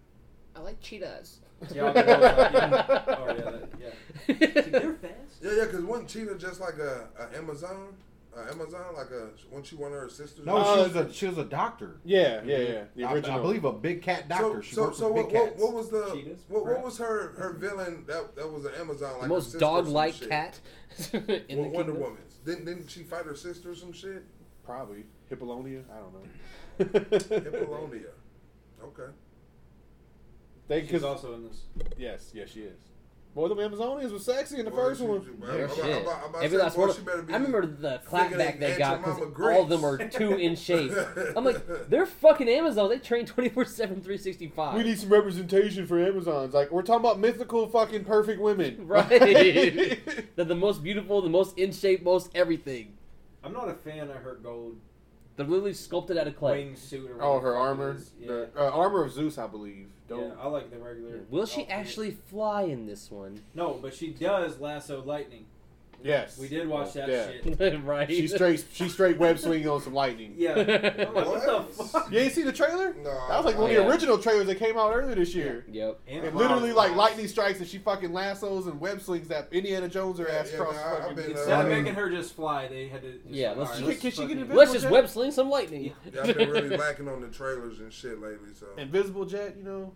F: I like cheetahs.
D: yeah, I'll be all like, yeah. oh yeah, that, yeah. They're fast.
E: Yeah, yeah, because wasn't Cheetah just like a, a Amazon? A Amazon? Like a, wasn't she one of her sisters?
B: No,
C: Uh,
B: she was a she was a doctor.
C: Yeah, yeah, yeah. The
B: I-
C: original.
B: I, believe a big cat doctor. she
E: So, so,
B: works
E: so
B: with
E: what,
B: big
E: what,
B: cats.
E: what was the
D: Cheetahs,
E: what, what
D: perhaps.
E: was her her villain that that was an Amazon like
A: the
E: her
A: most
E: sister or some
A: dog-like
E: shit?
A: cat in the
E: Well, Wonder
A: kingdom.
E: Woman's didn't didn't she fight her sister or some shit?
C: probably Hippolynia. I don't know.
E: Hippolynia. Okay.
C: they
D: She's
C: because
D: also in this.
C: yes, yes, she is. Well, the Amazonians was sexy in the
E: Well,
C: first
E: she-
C: one.
E: she- well,
A: Their
E: I'm about- I'm
A: shit.
E: about- I'm about to
A: Every
E: say,
A: last
E: boy,
A: one.
E: she
A: of-
E: better be-
A: I remember the
E: figuring
A: clapback they
E: Aunt
A: got because
E: Jemima
A: all of them were
E: Grace.
A: too in shape. I'm like, they're fucking Amazons. They train 24 7, 365.
C: We need some representation for Amazons. Like we're talking about mythical fucking perfect women,
A: Right. They're the most beautiful, the most in shape, most everything.
D: I'm not a fan of her gold
A: They're literally sculpted out of clay.
D: wingsuit. Or
C: oh,
D: whatever the
C: her
D: fuck it
C: armor,
D: is. Yeah.
C: the uh, armor of Zeus, I believe. Don't.
D: yeah, I like the regular.
A: Will she
D: outfit.
A: actually fly in this one?
D: No, but she does lasso lightning.
C: Yes,
D: uh, We did watch that
C: Yeah.
D: shit.
A: right?
C: She straight, she straight web swinging on some lightning.
D: Yeah. I'm like, what the
E: What?
D: fuck?
C: You ain't see the trailer?
E: No,
C: That was like one of
A: Yeah.
C: the original trailers that came out earlier this year.
A: Yep.
D: And
C: And literally, like
D: Miles.
C: lightning strikes, and she fucking lassos and web slings that Indiana Jones her
E: Yeah,
C: ass
E: yeah,
C: across.
E: nah,
C: the
E: I've
C: fucking-
E: been, uh,
D: Instead of
B: I mean-
D: making her just fly, they had to. Just
A: Yeah,
D: like,
A: let's
D: all
A: just-
C: Can she get
D: fucking-
C: invisible?
A: Let's just
C: Jet?
A: web sling some lightning.
E: Yeah, I've been really lacking on the trailers and shit lately. So
C: Invisible jet, you know.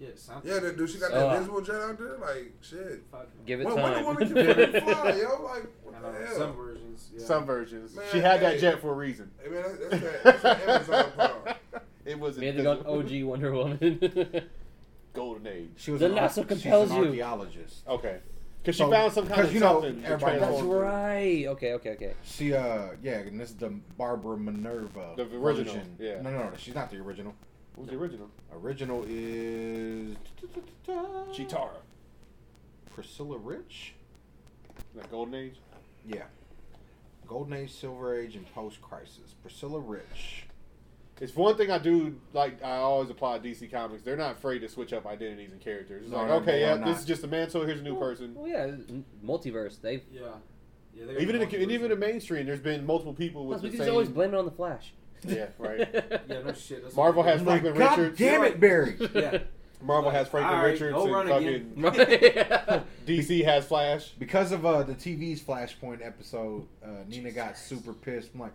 D: Yeah, something.
E: yeah, that dude, she got
A: Uh.
E: that invisible jet out there. Like shit.
D: Fucking-
A: Give it
E: When Wonder
A: time.
E: Woman can fucking fly, yo. Like
D: I
E: what
D: don't
E: the
D: know,
E: hell?
D: some versions. Yeah.
C: Some versions.
E: Man,
C: she had that
E: hey.
C: jet for a reason.
E: Hey, man, that's, that's, that, that's that Amazon power.
C: it was
A: Man, they got
C: invisible.
A: OG Wonder Woman.
C: golden age.
B: She was
A: The
B: an
A: lasso
B: arch- she's
A: compels
B: an
A: you.
B: archaeologist.
C: Okay, because she
B: So-
C: found some kind
B: 'cause
C: of
B: you know,
C: something. to
B: everybody-
A: That's
C: transform.
A: right. Okay, okay, okay.
B: She uh yeah, and this is the Barbara Minerva.
C: The original,
B: version.
C: yeah.
B: No, no, no, she's not the original.
C: What was the original?
B: Original is
C: Chitara.
B: Priscilla Rich.
C: Like golden age.
B: Yeah. Golden Age, Silver Age, and Post Crisis. Priscilla Rich.
C: It's one thing I do like. I always apply DC Comics. They're not afraid to switch up identities and characters. It's
B: No,
C: like,
B: no,
C: okay,
B: they
C: yeah,
B: are
C: this
B: not.
C: is just a mantle. Here's a new person.
A: Well, yeah, m- multiverse. They
D: Yeah. Yeah. they got
C: Even in
D: one
C: the, and even in
D: version.
C: the mainstream, there's been multiple people
A: plus
C: with
A: we
C: the
A: just
C: same.
A: always blame it on the Flash.
C: Yeah, right.
D: Yeah, no shit. That's
C: Marvel
D: what-
C: has Franklin
B: God
C: Richards.
B: damn it, Barry.
D: Yeah.
C: Marvel has Franklin
D: All right,
C: Richards
D: go
C: and
D: run
C: fucking
D: again.
A: Right.
C: DC has Flash.
B: because of uh, the TV's Flashpoint episode, uh, Nina got super pissed. I'm like,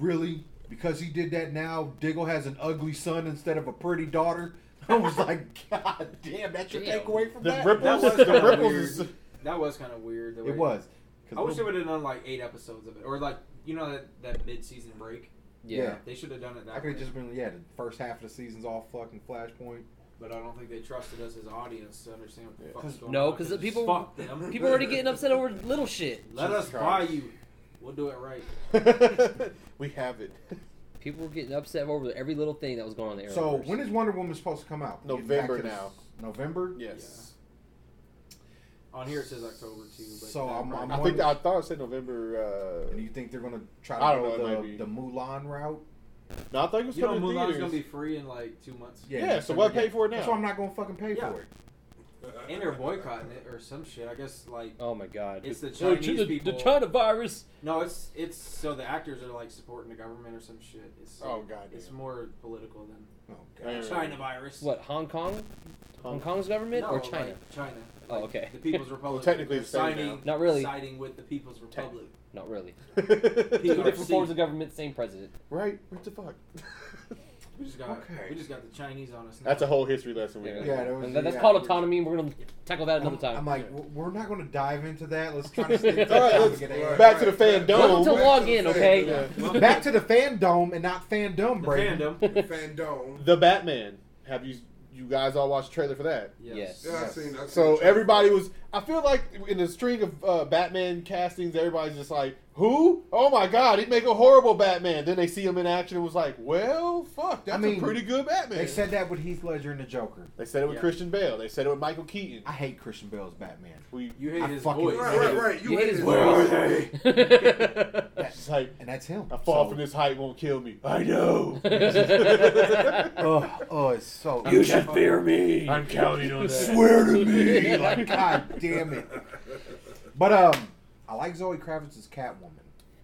B: really? Because he did that now, Diggle has an ugly son instead of a pretty daughter. I was like, God damn, that's your
A: Damn.
B: takeaway from
C: The
B: that.
C: ripples,
D: was
C: the
D: kinda
C: ripples.
D: weird.
C: Is,
D: That was kind of weird. the way-
B: It was. 'Cause
D: I wish
B: Will-
D: they would have done like eight episodes of it, or like you know that that mid season break.
A: yeah.
D: They should have done it that
B: I could
D: way.
B: have just been yeah. The first half of the season's all fucking Flashpoint.
D: but I don't think they trusted us as audience to understand what the
C: Yeah.
D: fuck was going
A: No,
D: on,
A: 'cause
D: it's
A: the people-
D: fuck them.
A: People are already getting upset over little shit.
D: Let
C: Jesus
D: us
C: Christ.
D: buy you. We'll do it right.
C: we have it.
A: People were getting upset over every little thing that was going on there.
B: So when is Wonder Woman supposed to come out? Getting back
C: November
B: to this-
C: now.
B: November.
C: Yes.
D: On here it says October too. But
B: So I'm- I'm
C: I think I thought it said November.
B: And
C: Uh,
B: you think they're gonna try
C: I
B: to
C: don't
B: go
C: know, it might
B: the,
C: be.
B: the Mulan route?
C: no, I thought it was
D: you know
C: coming to
D: Mulan's
C: theaters.
D: gonna be free in like two months.
C: Yeah, so why pay for it now?
B: That's why I'm not gonna fucking pay
D: Yeah.
B: for it.
D: And they're boycotting it or some shit. I guess like
A: Oh my God!
D: It's the
A: Oh,
D: Chinese
A: the,
D: people.
A: The China virus.
D: no, it's it's so the actors are like supporting the government or some shit. It's
C: Oh, goddamn.
D: It's more political than
B: Oh
C: Yeah.
B: god.
D: China virus.
A: What? Hong Kong? Hong
C: Hong-
A: Kong's government
D: No,
A: or
D: like,
A: China?
D: China.
A: Oh, okay.
D: The People's Republic.
C: technically
D: They're
C: the same
D: siding-
C: now.
A: Not really.
D: Siding with the People's Republic.
A: Not really. Two
D: People-
C: Technically.
A: different forms of government, same president.
C: right? What the fuck?
D: We just got
B: Okay.
D: we just got the Chinese on us. Now.
C: That's a whole history lesson. We
A: Yeah,
C: got.
B: Yeah, that was-
A: And that- that's
B: yeah.
A: called autonomy, and we're gonna tackle that another
B: I'm,
A: time.
B: I'm like, w- we're not gonna dive into that. Let's try to stick to the
C: All right,
B: topic
C: let's-
B: at
E: all
B: hand.
C: Back to the fan
A: Welcome
C: dome.
A: to
E: Back
A: log
E: to the
A: in,
E: fan
A: okay?
C: Yeah.
D: Welcome
B: Back to the fandom and not fandom,
D: the
B: Brady.
D: fandom.
E: Fandom.
C: The Batman. Have you you guys all watched the trailer for that?
A: Yes.
E: Yeah, I seen. I seen
C: So
E: the trailer.
C: everybody was. I feel like in the string of uh, Batman castings, everybody's just like, Who? Oh my God, he'd make a horrible Batman. Then they see him in action and was like, well, fuck, that's
B: mean,
C: a pretty good Batman.
B: They said that with Heath Ledger and the Joker.
C: They said it with
D: Yeah.
C: Christian Bale. They said it with Michael Keaton.
B: I hate Christian Bale's Batman.
C: We
D: You hate
B: I
D: his
B: fucking-
D: voice.
E: Right, right, right. You,
A: You hate
E: hate
A: his
E: his
A: voice.
E: voice.
C: just like
B: And that's him.
C: I fall
B: So-
C: from this height won't kill me. I know.
B: Oh, oh, it's so.
C: should fear me. I'm counting on
B: swear to me. like, God damn it. But um, I like Zoe Kravitz as Catwoman.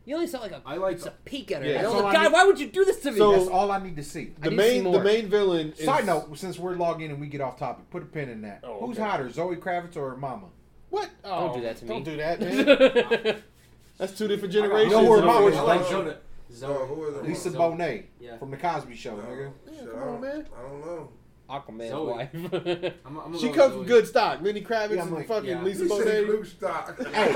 A: You only saw like a,
D: I like-
A: just a peek at her. And
C: Yeah.
A: I
C: That's
A: was like,
B: all I
A: God,
B: need-
A: why would you do this to me?
C: So-
B: That's all I need to see.
A: I
C: The
A: need to see
C: main, the
A: more.
C: main villain. Is,
B: Side note: Since we're logging and we get off topic, put a pin in that.
C: Oh,
B: Who's
C: okay.
B: hotter, Zoe Kravitz or her mama?
C: What? Oh,
A: do that to me.
C: Don't do that, man. That's two different generations.
B: Don't worry
C: of
B: about
D: I
B: it.
C: voice.
D: like
E: Zoe.
D: Jonah.
E: Oh, who is it?
B: Lisa
D: Zoe.
E: Lisa
D: Zoe.
B: Bonet
D: Yeah.
B: from the Cosby Show, nigga.
E: Shit,
C: come
E: I
C: on,
E: don't-
C: man.
E: I don't know.
A: Aquaman's
D: Zoe.
A: wife.
D: I'm, I'm gonna
C: She comes
D: go with
C: from
D: Zoe.
C: good stock. Lenny Kravitz
B: Yeah, I'm
C: and
B: like-
C: fucking
D: yeah.
C: Lisa
E: You said
C: Bonet.
E: group stock.
B: hey,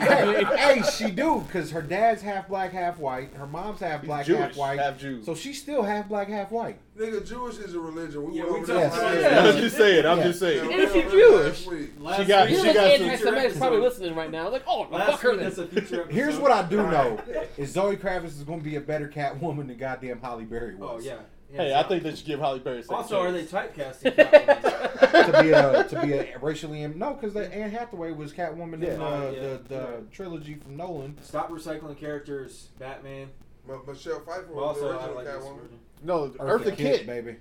B: hey, hey, she do because her dad's half black, half white. Her mom's half
C: He's
B: black,
C: Jewish,
B: half white.
C: half Jew.
B: So she's still half black, half white.
E: Nigga, Jewish is a religion. We
D: Yeah,
E: went
D: we
E: over
D: talked
E: this
B: about
E: last
B: that.
E: week.
C: I'm just saying. I'm
B: Yeah.
C: just
E: Yeah,
C: saying.
E: we
A: And if
E: went
A: you're
E: over this
A: Jewish-
E: last week.
D: Last
C: She got-
D: week-
C: she
A: You're like
C: got some-
A: anti-Semitic is probably listening right now. Like, oh, fuck
D: Last
A: her
D: week,
A: then.
D: that's a future episode.
B: Here's what I do
D: All right.
B: know is Zoe Kravitz is going to be a better Catwoman than goddamn Holly Berry
D: Oh
B: was.
D: yeah.
C: Hey, I think they should give Holly Berry. a second
D: Also, are they
C: chance.
D: typecasting? Catwoman?
B: to be a to be a racially im- no because Anne Hathaway was Catwoman in
C: Yeah.
B: uh,
D: Oh, yeah.
B: the the
D: Right.
B: trilogy from Nolan.
D: Stop recycling characters, Batman.
E: Ma- Michelle Pfeiffer
D: Well,
E: was the
D: also, I
E: original
D: like this
E: Catwoman.
D: version.
C: No, Eartha Kitt.
B: baby.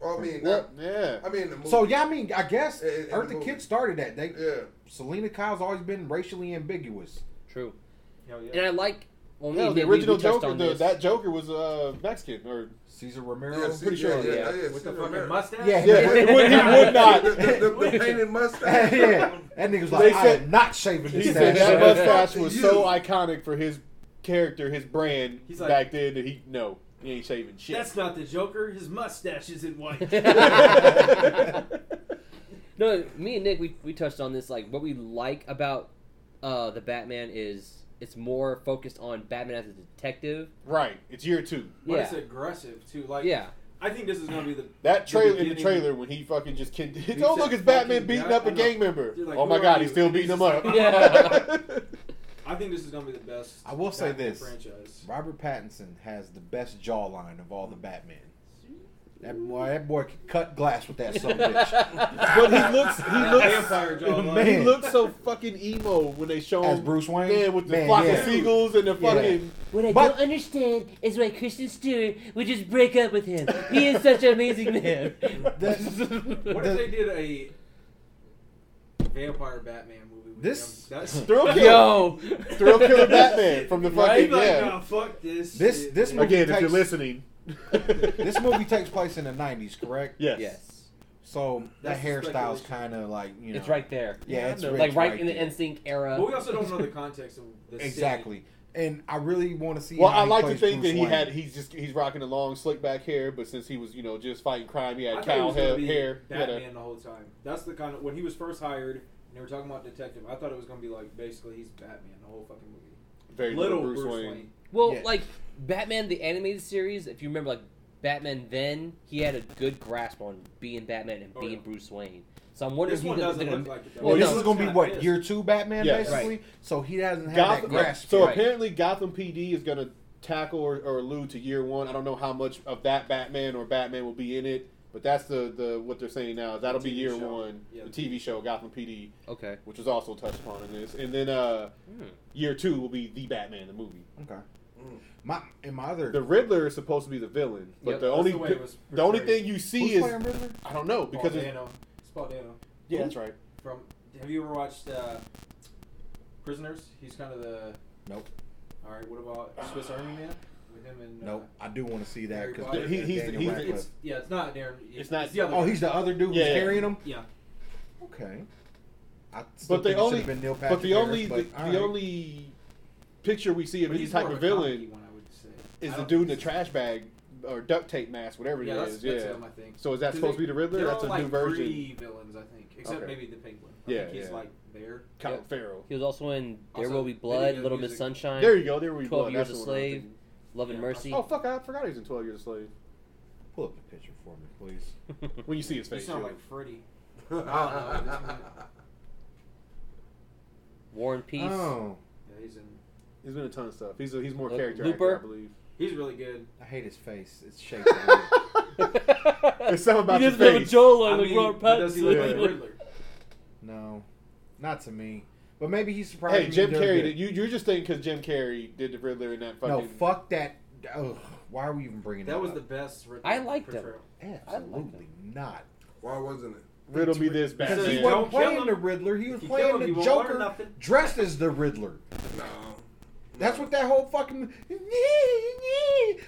E: Well, I mean,
C: Well,
E: that,
C: yeah.
E: I mean, the movie.
B: So yeah, I mean, I guess
E: In- in the
B: Eartha
E: movie.
B: Kitt started that. They
E: yeah.
B: Selena Kyle's always been racially ambiguous.
A: True.
D: Hell yeah.
A: And I like when
C: No,
A: we,
C: the
A: we- we
C: original
A: touched
C: Joker.
A: on
C: The,
A: this.
C: that Joker was uh, Mexican, or
B: Caesar Romero.
E: Yeah, see,
C: pretty sure,
E: yeah,
A: yeah.
E: yeah, yeah,
D: With
E: see,
D: the fucking
E: remember.
D: mustache.
B: Yeah.
C: yeah, he would, he would not.
E: The, the, the, the painted mustache.
B: yeah, that nigga's
C: They
B: like, I
C: said-
B: am not shaving
C: He
B: this
C: said
B: ass.
C: that mustache was
E: You.
C: so iconic for his character, his brand
D: He's like-
C: back then that he no, he ain't shaving shit.
D: That's not the Joker. His mustache isn't white.
A: No, me and Nick, we, we touched on this. Like, what we like about uh, the Batman is it's more focused on Batman as a detective.
C: right. It's year two.
D: But it's
A: Yeah.
D: aggressive too. Like
A: Yeah.
D: I think this is gonna be the
C: That trailer in the
D: beginning-
C: trailer when he fucking just can
D: He
C: don't
D: said,
C: look at Batman
D: "Fucking
C: beating
D: God,"
C: up a
D: I know.
C: gang member.
D: You're like,
C: oh my
D: "Who
C: god,
D: are
C: he's
D: you?"
C: still
D: And
C: beating
D: he's
C: him up.
D: just
A: Yeah.
D: I think this is gonna be the best.
B: I will say
D: Batman
B: this.
D: franchise.
B: Robert Pattinson has the best jawline of all the Batman. That boy, that boy could cut glass with that son of a bitch.
C: but he looks he
D: That
C: looks
D: vampire jawline.
B: Man.
C: he looks so fucking emo when they show
B: As
C: him
B: Bruce Wayne,
C: man with the
B: Man,
C: flock
B: yeah.
C: of seagulls and the
B: Yeah.
C: fucking
A: What I
B: But-
A: don't understand is why Kristen Stewart would just break up with him. He is such an amazing man.
D: What if they did a vampire Batman movie? With
B: This-
D: him? that's
C: thrill killer
A: Yo,
C: thrill killer Batman from the
D: Right?
C: fucking
D: Like,
C: yeah.
D: nah, fuck this.
B: This-
D: shit.
B: this movie-
C: Again, if you're
B: takes-
C: listening,
B: this movie takes place in the '90s, correct?
C: yes.
A: yes,
B: So
D: That's
B: that hairstyle's
D: speculation.
B: kind of like you know,
A: it's right there,
B: Yeah, it's
C: Yeah,
B: rich
A: like right, in the
B: there.
A: NSYNC era.
D: But we also don't know the context of the city.
B: Exactly. And I really want to see.
C: Well,
B: how
C: I
B: he
C: like to
B: plays
C: think
B: Bruce
C: that he
B: Wayne.
C: had he's just he's rocking the long slick back hair, but since he was you know just fighting crime, he
D: I
C: had
D: thought he
C: cow
D: was gonna
C: hair.
D: be
C: hair. He had a-
D: Batman the whole time. That's the kind of when he was first hired. and They were talking about detective. I thought it was gonna be like basically he's Batman the whole fucking movie.
C: very little, Bruce, Wayne.
A: Well,
B: Yeah.
A: like Batman the animated series, if you remember, like Batman then he had a good grasp on being Batman and
D: Oh,
A: being
D: yeah.
A: Bruce Wayne. So I'm wondering
D: This
A: if
D: one
A: he-
D: doesn't
A: they're
D: look
A: gonna-
D: like it. Though.
A: Well,
B: Well,
A: no,
B: this is going to be
D: not
B: what
D: this.
B: year two Batman
C: Yeah.
B: basically. So he doesn't have
C: Gotham.
B: that grasp.
C: So
A: Right.
C: apparently, Gotham PD is going to tackle or, or allude to year one. I don't know how much of that Batman or Batman will be in it, but that's the, the what they're saying now. That'll be
D: TV
C: year
D: show.
C: one,
D: Yeah.
C: the TV show Gotham PD,
A: Okay.
C: which was also touched upon in this, and then uh,
A: Hmm.
C: year two will be the Batman the movie.
B: Okay.
E: Mm.
B: My and my other
C: The Riddler is supposed to be the villain, but
A: Yep,
C: the
D: that's
C: only
D: the way
C: the,
D: it was
C: only
D: portrayed.
C: thing you see
B: who's
C: is
B: playing Riddler?
C: I don't know
D: Paul
C: because
B: Oh,
C: it's,
D: Dano. It's Paul Dano
C: yeah, that's right.
D: from. Have you ever watched uh, Prisoners? He's kind of the.
B: Nope.
D: All right. What about Swiss Army Man? With him and. Uh,
B: Nope. I do want to see that
D: Harry
B: because
D: Potter.
C: He- he's- he's-
D: It's, yeah, it's not Darren.
C: It's not-
D: the other.
B: oh,
D: guy.
B: he's the other dude who's
C: Yeah, yeah.
B: carrying him.
D: Yeah.
B: Okay. I still think
C: But the
B: it should
C: only-
B: have been Neil Patrick
C: But the only
B: Harris,
C: the,
B: but
C: the
B: alright.
C: only picture we see of
D: But
C: any
D: he's
C: type
D: more
C: of
D: a
C: villain
D: comedy One, I would say.
C: is
D: I
C: the
D: don't-
C: dude in the trash bag or duct tape mask, whatever
D: Yeah,
C: it
D: that's,
C: is.
D: that's
C: yeah.
D: him. I think.
C: So is that
D: Because
C: supposed to
D: they-
C: be the Riddler?
D: they're
C: That's a
D: all, like
C: new version.
D: Three villains, I think, except
C: Okay.
D: maybe the Penguin. I
C: Yeah,
D: think he's
C: yeah.
D: like there.
C: Colin
A: Yep.
C: Farrell.
A: He was also in There
D: Also,
A: Will Be
D: video
A: Blood,
D: game
A: Little Miss
D: music.
A: Sunshine,
C: There you go. There we go.
A: 12 Years
C: That's
A: a
C: the one I'm
A: Slave.
C: thinking.
A: Love and
D: Yeah.
A: Mercy.
C: Oh fuck! I forgot he's in Twelve Years a Slave.
B: pull up a picture for me, please.
C: When you see his
D: You
C: face,
D: Mm-hmm. sound
C: you'll-
D: like Freddy.
E: Oh,
C: Ah,
A: War and
B: Oh,
A: Peace.
C: Oh.
D: Yeah, he's in
C: He's been in a ton of stuff. He's a, he's more
D: Uh,
A: Lu-
C: character
A: Looper?
C: actor, I believe.
D: He's really good.
B: I hate his face. It's shaking.
C: There's something about
A: he
C: your
A: doesn't have a
C: face.
A: Joel like
D: I mean,
A: Robert
D: but does he look like
A: Pattinson.
D: the Riddler?
B: no, not to me. But maybe he surprised
C: Hey,
B: me.
C: Jim
B: during
C: Carrey.
B: the-
C: Did, you you're just thinking because Jim Carrey did the Riddler in that fucking.
B: No, fuck that. Ugh, why are we even bringing
D: That was
B: up?
D: the best. Riddler
A: I liked him.
D: portrayal.
B: Absolutely not.
E: Why wasn't it?
C: Riddle me this,
B: Because he
C: Batman.
D: Yeah. Don't
B: wasn't
D: kill
B: playing
D: him.
B: the Riddler. He was
D: If you
B: playing
D: kill him,
B: the
D: he won't learn
B: Joker
D: nothing.
B: dressed as the Riddler.
E: No.
B: That's what that whole fucking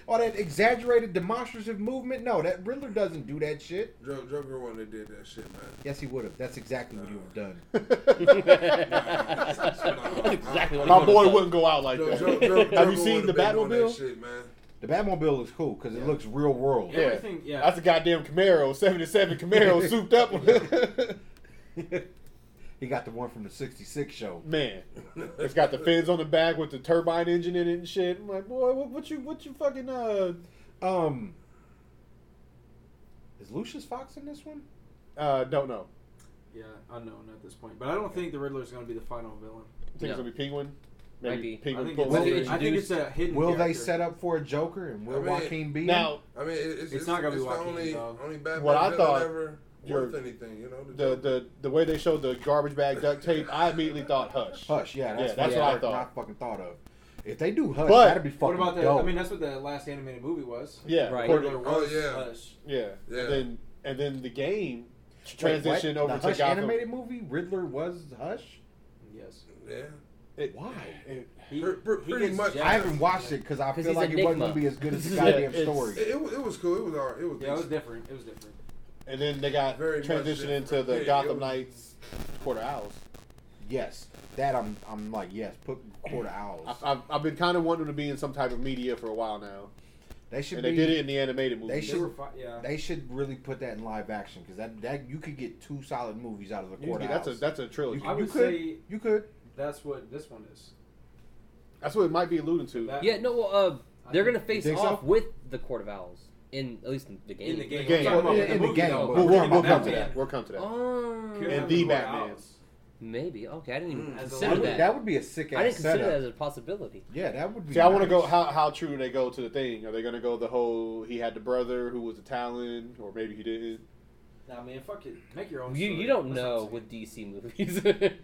B: all that exaggerated demonstrative movement. No, that Riddler doesn't do that shit.
E: Jo- Joker wouldn't have did that shit, man.
B: Yes, he would have. That's exactly what he would have done.
A: That's exactly what
C: My
A: he
C: boy
A: would've
C: wouldn't go out like
E: Jo-
C: that.
E: Jo- Jo-
C: have you
E: Joker
C: seen the
E: would've been on that
C: Batmobile?
E: Shit, man.
B: The Batmobile is cool because it looks real world.
C: Yeah.
D: Everything. Yeah.
C: That's a goddamn Camaro, '77 Camaro, souped up.
B: he got the one from the '66 show.
C: Man, it's got the fins on the back with the turbine engine in it and shit. I'm like, boy, what, what you what you fucking uh
B: Um, is Lucius Fox in this one?
C: uh don't know.
D: yeah. Unknown at this point, but I don't think the Riddler's going to be the final villain.
C: I think it's
A: No.
C: gonna be Penguin.
A: Might be.
C: Maybe
D: I
C: Penguin
D: think,
C: pulls
B: Will
D: it's,
C: it.
B: they
D: I think it's a hidden.
B: Will they
D: character.
B: set up for a Joker and will
E: I mean,
B: Joaquin be?
C: Now
E: I mean, it, it's, it's,
D: not gonna
E: it's
D: be
E: the
D: Joaquin,
E: only,
D: though.
E: only Batman
C: What I
E: villain
C: thought-
E: ever
C: Your-
E: worth anything, you know.
C: the the the way they showed the garbage bag duct tape, I immediately thought Hush.
B: Hush, yeah, that's,
C: Yeah, that's
B: what,
C: what I
B: I
C: thought.
B: fucking thought of. If they do Hush,
C: But-
B: that'd be fucking
D: What about that?
B: dope.
D: I mean, that's what the last animated movie was.
C: Yeah,
A: Right.
C: according-
D: Riddler
E: Oh,
D: was uh,
E: yeah.
D: Hush.
C: yeah.
E: Yeah.
C: And then and then the game
B: Wait, what?
C: transitioned over
B: the
C: to
B: Hush
C: Gotham.
B: animated movie. Riddler was Hush.
D: Yes.
E: Yeah.
C: It-
B: Why?
C: it-
D: He,
E: Pre- pre-
D: he
E: pretty
D: gets
E: much-
D: jealous.
B: I haven't watched it because I
A: 'Cause
B: feel
A: he's
B: like it wasn't gonna
A: Enigma.
B: be as good as the
A: Yeah,
B: goddamn
C: it's-
E: It,
B: story.
E: it, wa- it was cool. It was all right. It was.
D: Yeah, it was
E: decent.
D: different. It was different.
C: and then they got
E: Very much
C: transitioned into
E: different.
C: the
E: Yeah, it
C: Gotham
E: was-
C: Knights quarter owls.
B: Yes, that I'm. I'm like yes. Put quarter owls.
C: I- I've, I've been kind of wanting to be in some type of media for a while now,
B: They should
C: and
B: be.
C: they did it in the animated movie.
B: They
D: They
B: should-
D: were fi- yeah.
B: They should really put that in live action because that that you could get two solid movies out of the
C: You can
B: quarter
C: get- that's a
B: hours.
C: that's a trilogy.
D: I would
B: you could.
D: say
B: you could.
D: that's what this one is.
C: That's what it might be alluding to.
D: That-
A: Yeah, no, well, uh,
D: I
A: they're
D: think-
A: gonna face
B: You think
A: off
B: so?
A: with the Court of Owls in at least in the game.
D: In the game.
C: game.
D: I'm talking
B: Well,
D: about
B: in the
D: movie,
B: game,
D: though.
B: but
D: We're
C: we'll, we'll,
D: talking
C: we'll
D: about
C: come to
D: Batman.
C: that. We'll come to that.
D: Kill
A: Oh,
C: And
D: him
C: the
D: with
C: Batman.
D: owls.
A: maybe. Okay, I didn't even
E: Mm.
D: As a
A: consider
B: That
D: leader.
B: would,
A: that.
B: that would be a sick
A: I didn't
B: ass
A: consider
B: setup.
A: that as a possibility.
B: yeah, that would be.
C: See, I want to
B: nice.
C: go. How how true they go to the thing? Are they going to go the whole? He had the brother who was a Talon, or maybe he didn't.
D: Nah, man, fuck it. Make your own.
A: You
D: story.
A: you don't
D: That's what I'm
A: know
D: saying.
A: with DC movies.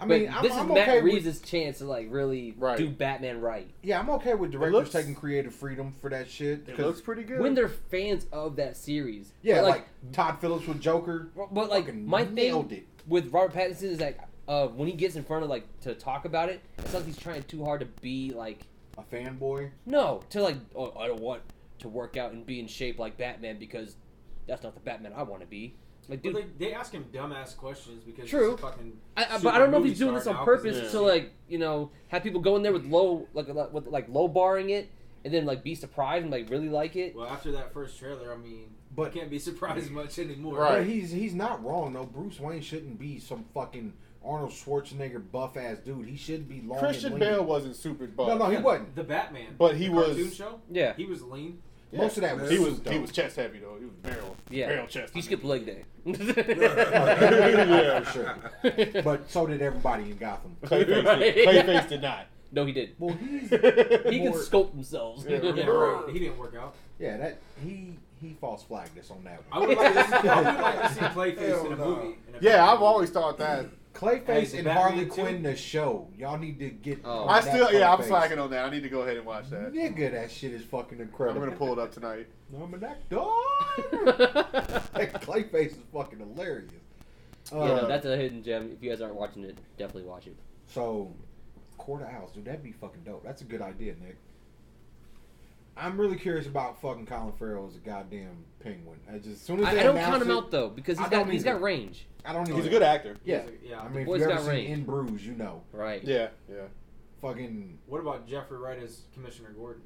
A: I
B: I mean, I'm,
A: this
B: I'm
A: is
B: okay
A: Matt
B: with.
A: Reeves' chance to like really
C: Right.
A: do Batman right.
B: Yeah, I'm okay with directors
C: looks-
B: taking creative freedom for that shit. 'cause-
C: pretty good.
A: When they're fans of that series,
B: yeah,
A: But,
B: like, Todd Phillips with Joker.
A: but like
B: fucking
A: my thing
B: nailed it.
A: with Robert Pattinson is like uh, when he gets in front of like to talk about it, it's like he's trying too hard to be like
B: A fanboy.
A: No, to like, oh, I don't want to work out and be in shape like Batman because that's not the Batman I want to be. Like,
D: But
A: dude,
D: they, they ask him dumbass questions because
A: True.
D: He's a fucking
A: I, I, but I don't know if he's
D: super
A: doing this
D: movie
A: on
D: star now 'cause
A: purpose
D: he's-
A: to like, you know, have people go in there with low, like, a lot- with like low barring it, and then like be surprised and like really like it.
D: Well, after that first trailer, I mean,
B: But-
D: but can't be surprised much anymore.
C: Right.
B: But he's he's not wrong though. Bruce Wayne shouldn't be some fucking Arnold Schwarzenegger buff ass dude. He should be long.
C: Christian
B: and lean.
C: Bale wasn't super buff.
B: No, no, he
D: Yeah,
B: wasn't.
D: The Batman,
C: But he
D: the
C: was-
D: cartoon show.
A: Yeah,
D: He was lean.
B: Most of that was
C: he was
B: suit,
C: he
B: though.
C: was chest heavy though. He was barrel
A: Yeah.
C: barrel chest.
A: he skipped leg day.
C: Yeah.
B: For sure. But so did everybody in Gotham.
C: Clayface,
A: Right.
C: did, Clayface did not.
A: no, he did.
B: Well, he's
A: He can
B: More-
A: sculpt themselves.
C: Yeah,
D: Yeah, right. he didn't work out.
B: yeah. That he he false flagged us on that
D: I
B: one.
D: would like to see, I would like to see Clayface
E: Hell
D: in a
E: no.
D: movie. in a
C: yeah, I've
D: Batman
C: always thought that.
B: Clayface
D: Hey,
B: and
D: the
B: Harley
D: Batman too?
B: Quinn the show. Y'all need to get.
A: Oh.
B: on
C: I
B: that
C: still yeah, I'm
B: Clayface.
C: slacking on that. I need to go ahead and watch that.
B: Nigga, that shit is fucking
C: I'm
B: incredible.
C: gonna pull it up tonight.
B: I'm an actor. that Clayface is fucking hilarious. Uh,
A: Yeah, no, that's a hidden gem. If you guys aren't watching it, definitely watch it.
B: So, quarter house, dude, that'd be fucking dope. That's a good idea, Nick. I'm really curious about fucking Colin Farrell as a goddamn penguin. I just as soon as
A: I,
B: they
A: I don't
B: announce
A: count him
B: it,
A: out though because he's
B: I
A: got
B: don't
A: he's
B: either.
A: got range.
B: I don't even.
C: He's a good actor.
B: Oh, Yeah,
D: He's a-
B: yeah.
D: yeah.
B: I mean, if
A: Boy's
B: you've ever
A: got
B: seen
A: range.
B: In Bruges, you know,
A: Right.
C: Yeah, yeah.
B: fucking
D: What about Jeffrey Wright as Commissioner Gordon?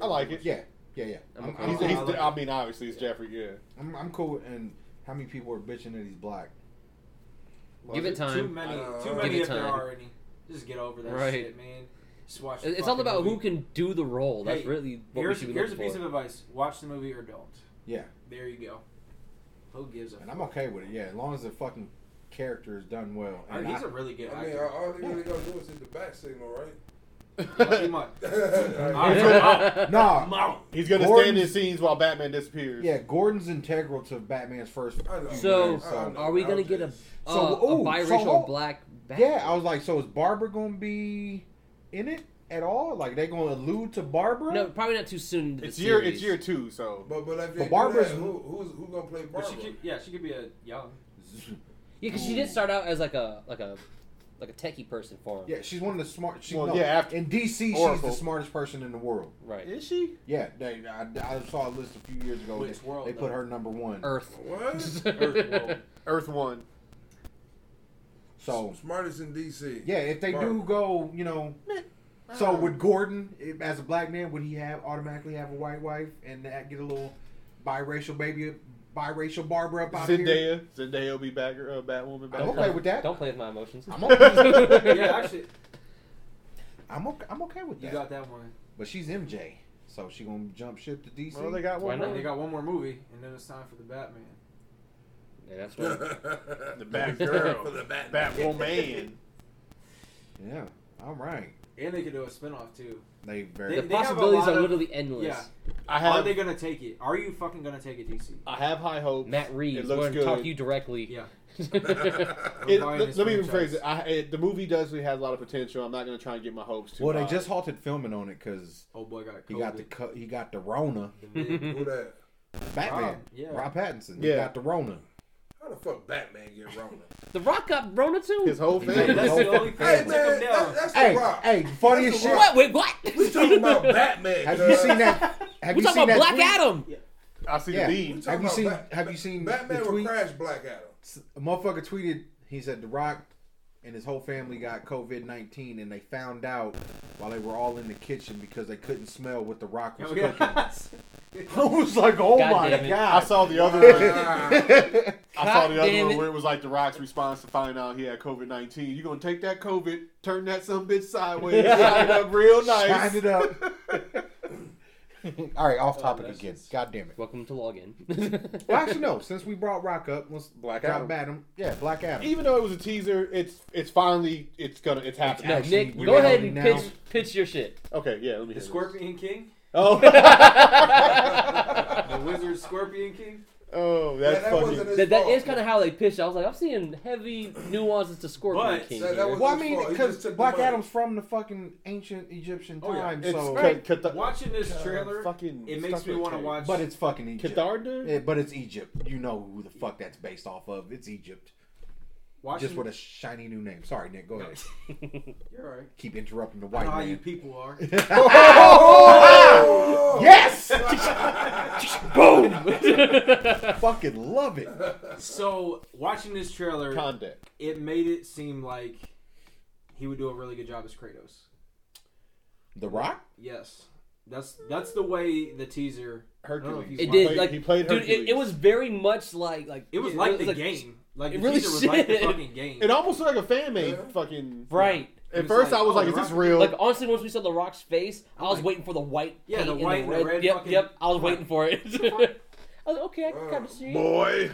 C: I like it.
B: yeah, yeah, yeah.
A: I'm
B: I'm,
A: okay.
B: I'm,
C: He's,
D: I
B: I'm,
C: he's,
D: like
C: I
D: it.
C: mean, obviously, it's Jeffrey. Yeah.
B: I'm, I'm cool. And how many people are bitching that he's black?
A: Give it time.
D: Too many,
E: Uh,
D: too
E: Give
D: many
A: it
D: if there
A: time.
D: are any. Just get over that
A: Right.
D: shit, man. Just watch. the
A: It's all
D: fucking
A: about
D: movie.
A: who can do the role. That's
D: Hey,
A: really what we
D: Here's,
A: should be
D: here's a
A: looking
D: piece
A: for.
D: of advice: watch the movie or don't.
B: Yeah.
D: There you go. Who gives a?
B: And I'm
D: fuck?
B: okay with it. Yeah, as long as the fucking character is done well.
D: I
B: And
D: mean, he's
B: I-
D: a really good
E: I mean, uh,
D: actor.
E: all all he really gonna do is hit the bat signal, right?
D: Pretty much.
B: Nah,
D: Mount.
C: He's gonna stand in
B: Gordon's-
C: scenes while Batman disappears.
B: yeah, Gordon's integral to Batman's first.
E: I know.
A: So,
E: I know.
A: are we
E: I'm
A: gonna get a,
E: just-
A: a,
B: So,
A: a
B: ooh, so
A: biracial
B: what-
A: black? Batman?
B: Yeah, I was like, so is Barbara gonna be in it at all? Like they gonna allude to Barbara?
A: No, probably not too soon. into the
C: It's year
A: series.
C: it's year two, so
E: But but if they do
B: Barbara's-
E: that, who, who's who gonna play
D: But
E: Barbara?
D: she could, yeah, she could be a young.
A: Yeah, because she did start out as like a like a like a techie person for him.
B: Yeah, she's one of the smart. She,
C: Well,
B: no,
C: yeah, after-
B: in DC,
C: Oracle.
B: she's the smartest person in the world.
A: Right.
D: Is she?
B: Yeah, they, I, I saw a list a few years ago.
D: Which
B: that
D: world,
B: they put
D: though?
B: her number one.
A: Earth.
E: what?
D: Earth
C: Earth One.
B: So
E: Smartest in DC.
B: yeah, if they do
E: Barbara.
B: go, you know. So would Gordon, if- as a black man, would he have automatically have a white wife and that get a little biracial baby, biracial Barbara up out here?
C: Zendaya. Zendaya will be back uh, Batwoman
B: I'm
A: Don't
B: okay
A: play-
B: with that.
A: Don't play with my emotions.
B: I'm okay.
D: yeah, actually,
B: I'm okay. I'm okay with
D: you
B: that.
D: got that one.
B: but she's MJ, so she gonna jump ship to DC.
C: Well, they got
A: Why
C: one.
A: not?
D: And
C: more.
D: they got one more movie, and then it's time for the Batman.
A: Yeah, that's right.
E: the
C: Batgirl.
E: for the Batman.
C: Batwoman.
B: yeah. All right.
D: And they could do a spinoff too.
B: They very.
A: the
D: They- they have a
A: possibilities
D: lot
A: are
D: of-
A: literally endless.
D: Yeah.
C: I
D: Are
C: have
D: they gonna take it? Are you fucking gonna take it, DC?
C: I have high hopes.
A: Matt Reeves,
C: It
A: we're
C: looks
A: gonna
C: good.
A: talk to you directly.
D: Yeah.
C: It-
D: Ryan
C: let,
D: is
C: let me rephrase
D: franchise.
C: it. I, it. The movie does have a lot of potential. I'm not gonna try and get my hopes too
B: Well, they
C: high.
B: just halted filming on it because
D: Oh boy, got COVID.
B: he got the co- he got the Rona.
D: Vid.
E: Who that?
B: Batman,
D: Rob, yeah.
B: Rob Pattinson,
C: Yeah.
B: he got the Rona.
E: How the fuck Batman get Rona?
A: The Rock got Rona too.
C: his whole
B: Hey,
D: Hey,
C: thing.
D: that's the only thing
E: hey
D: that took
E: man,
D: him
E: that's,
D: down.
E: that's
B: Hey,
E: the rock.
B: hey, funniest
E: That's
B: shit.
E: the
A: what? Wait, what?
E: We talking about Batman.
B: Have
E: cuz.
B: you seen that? Have
A: We're
B: you
A: talking
B: seen
A: about
B: that
A: Black
B: tweet?
A: Adam.
C: I see
B: Yeah.
C: the
E: We
C: lead.
E: talking
B: Have you
E: about
B: seen-
E: Bat-
B: have you seen
E: Batman
B: the
E: would
B: tweet?
E: crash Black Adam?
B: A motherfucker tweeted. He said the Rock and his whole family got COVID nineteen, and they found out while they were all in the kitchen because they couldn't smell what the Rock was
D: Oh,
B: cooking.
D: yeah.
B: I was like, oh
A: God
B: my
A: damn it.
C: I
B: god.
C: saw the other one.
E: Wow.
C: I saw
A: God
C: the other
A: damn
C: one
A: it.
C: where it was like The Rock's response to find out he had COVID nineteen. You gonna take that COVID, turn that some bitch sideways, shine it up real nice.
B: Shine it up. all right, off topic
D: that's
B: again.
D: just-
B: God damn it.
A: Welcome to Login.
B: Well, actually, no. Since we brought Rock up, let's
C: Black
B: drop
C: Adam.
B: Adam. Yeah, Black Adam.
C: Even though it was a teaser, it's it's finally it's gonna it's happening.
A: no,
B: actually,
A: Nick,
B: we
A: go ahead
B: already
A: and
B: know.
A: pitch pitch your shit.
C: Okay, yeah, let me hear
D: The
C: this.
D: Scorpion King,
C: Oh,
E: Ah.
D: the Wizard Scorpion King.
C: oh, that's
E: that
C: funny.
E: wasn't his
A: That, that
E: fault.
A: is kind of how they pitch. I was like, I'm seeing heavy nuances to Scorpion
D: But-
A: King.
E: That- that
A: here.
E: was-
B: Well, I
E: his
B: mean,
E: fault. He
B: because
E: just took the
B: Black
E: money.
B: Adam's from the fucking ancient Egyptian
D: Oh, yeah.
B: time,
C: It's
B: so.
C: ca- cath-
D: Watching this
C: God,
D: trailer,
C: Uh, fucking
D: it makes
C: stuck
D: me
C: with
D: want to
C: Kate.
D: watch.
B: But it's fucking Egypt.
C: Catharda.
B: Yeah, but it's Egypt. You know who the fuck that's based off of. It's Egypt.
D: watching,
B: Just with a shiny new name. Sorry, Nick. Go ahead.
D: You're right.
B: Keep interrupting the
D: I
B: white
D: know how you
B: man.
D: people are.
E: Oh!
B: Yes!
A: Boom!
B: fucking love it.
D: So watching this trailer,
C: Conde.
D: it made it seem like he would do a really good job as Kratos.
B: The Rock?
D: Yes, that's that's the way the teaser.
C: Hercules.
D: It
C: He
A: did,
C: played-
A: like,
C: he played
A: Dude,
C: Hercules.
A: it, it was very much like like
D: It was like the game. Like
A: it
D: the
A: really
D: teaser was like the
A: should.
D: fucking game.
C: It almost looked like a fan made
E: Yeah.
C: fucking.
A: Right.
C: At
D: was
C: first, I
D: like,
C: was
D: oh,
C: like,
D: the
C: "Is this
D: rock-
C: real?"
A: Like honestly, once we saw the Rock's face, i was
D: like-
A: waiting for the white.
D: Yeah, the
A: paint and
D: white and the red
A: Yep,
D: fucking-
A: yep. I was
D: Come
A: waiting
D: on.
A: for it. I was like, okay, I can
E: Oh,
A: kind of see. it.
C: Boy,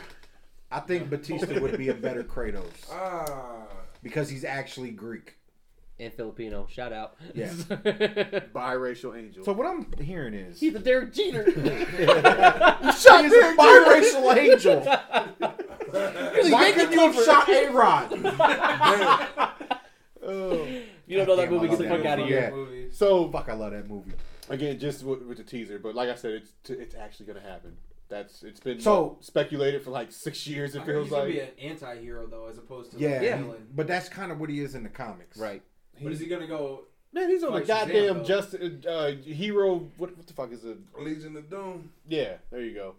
B: I think Batista would be a better Kratos
E: Ah.
B: because he's actually Greek.
A: And Filipino, shout out.
B: Yeah.
C: biracial angel.
B: So what I'm hearing is
A: He's a Derek Jeter.
B: shot is a biracial angel. Why couldn't you have shot A Rod?
E: Damn.
A: you don't know that
B: Damn, I
A: movie.
B: love
A: Get the
B: that
A: fuck out of
B: movie.
A: here.
B: Yeah.
D: Movie.
C: Oh. So
B: Fuck, I love that movie.
C: again, just with, with the teaser, but like I said, it's t- it's actually gonna happen. That's it's been
B: So-
C: speculated for like six years.
D: I
C: It
D: heard
C: feels
D: he's gonna
C: like
D: be an anti-hero though, as opposed to like,
B: Yeah,
D: a
A: Yeah.
D: villain.
B: but that's kind of what he is in the comics.
A: Right.
D: But is he gonna go?
C: man, he's on the
D: Like Shazam,
C: goddamn
D: though.
C: just uh, hero. What, what the fuck is it?
E: Legion of Doom.
C: Yeah, there you go.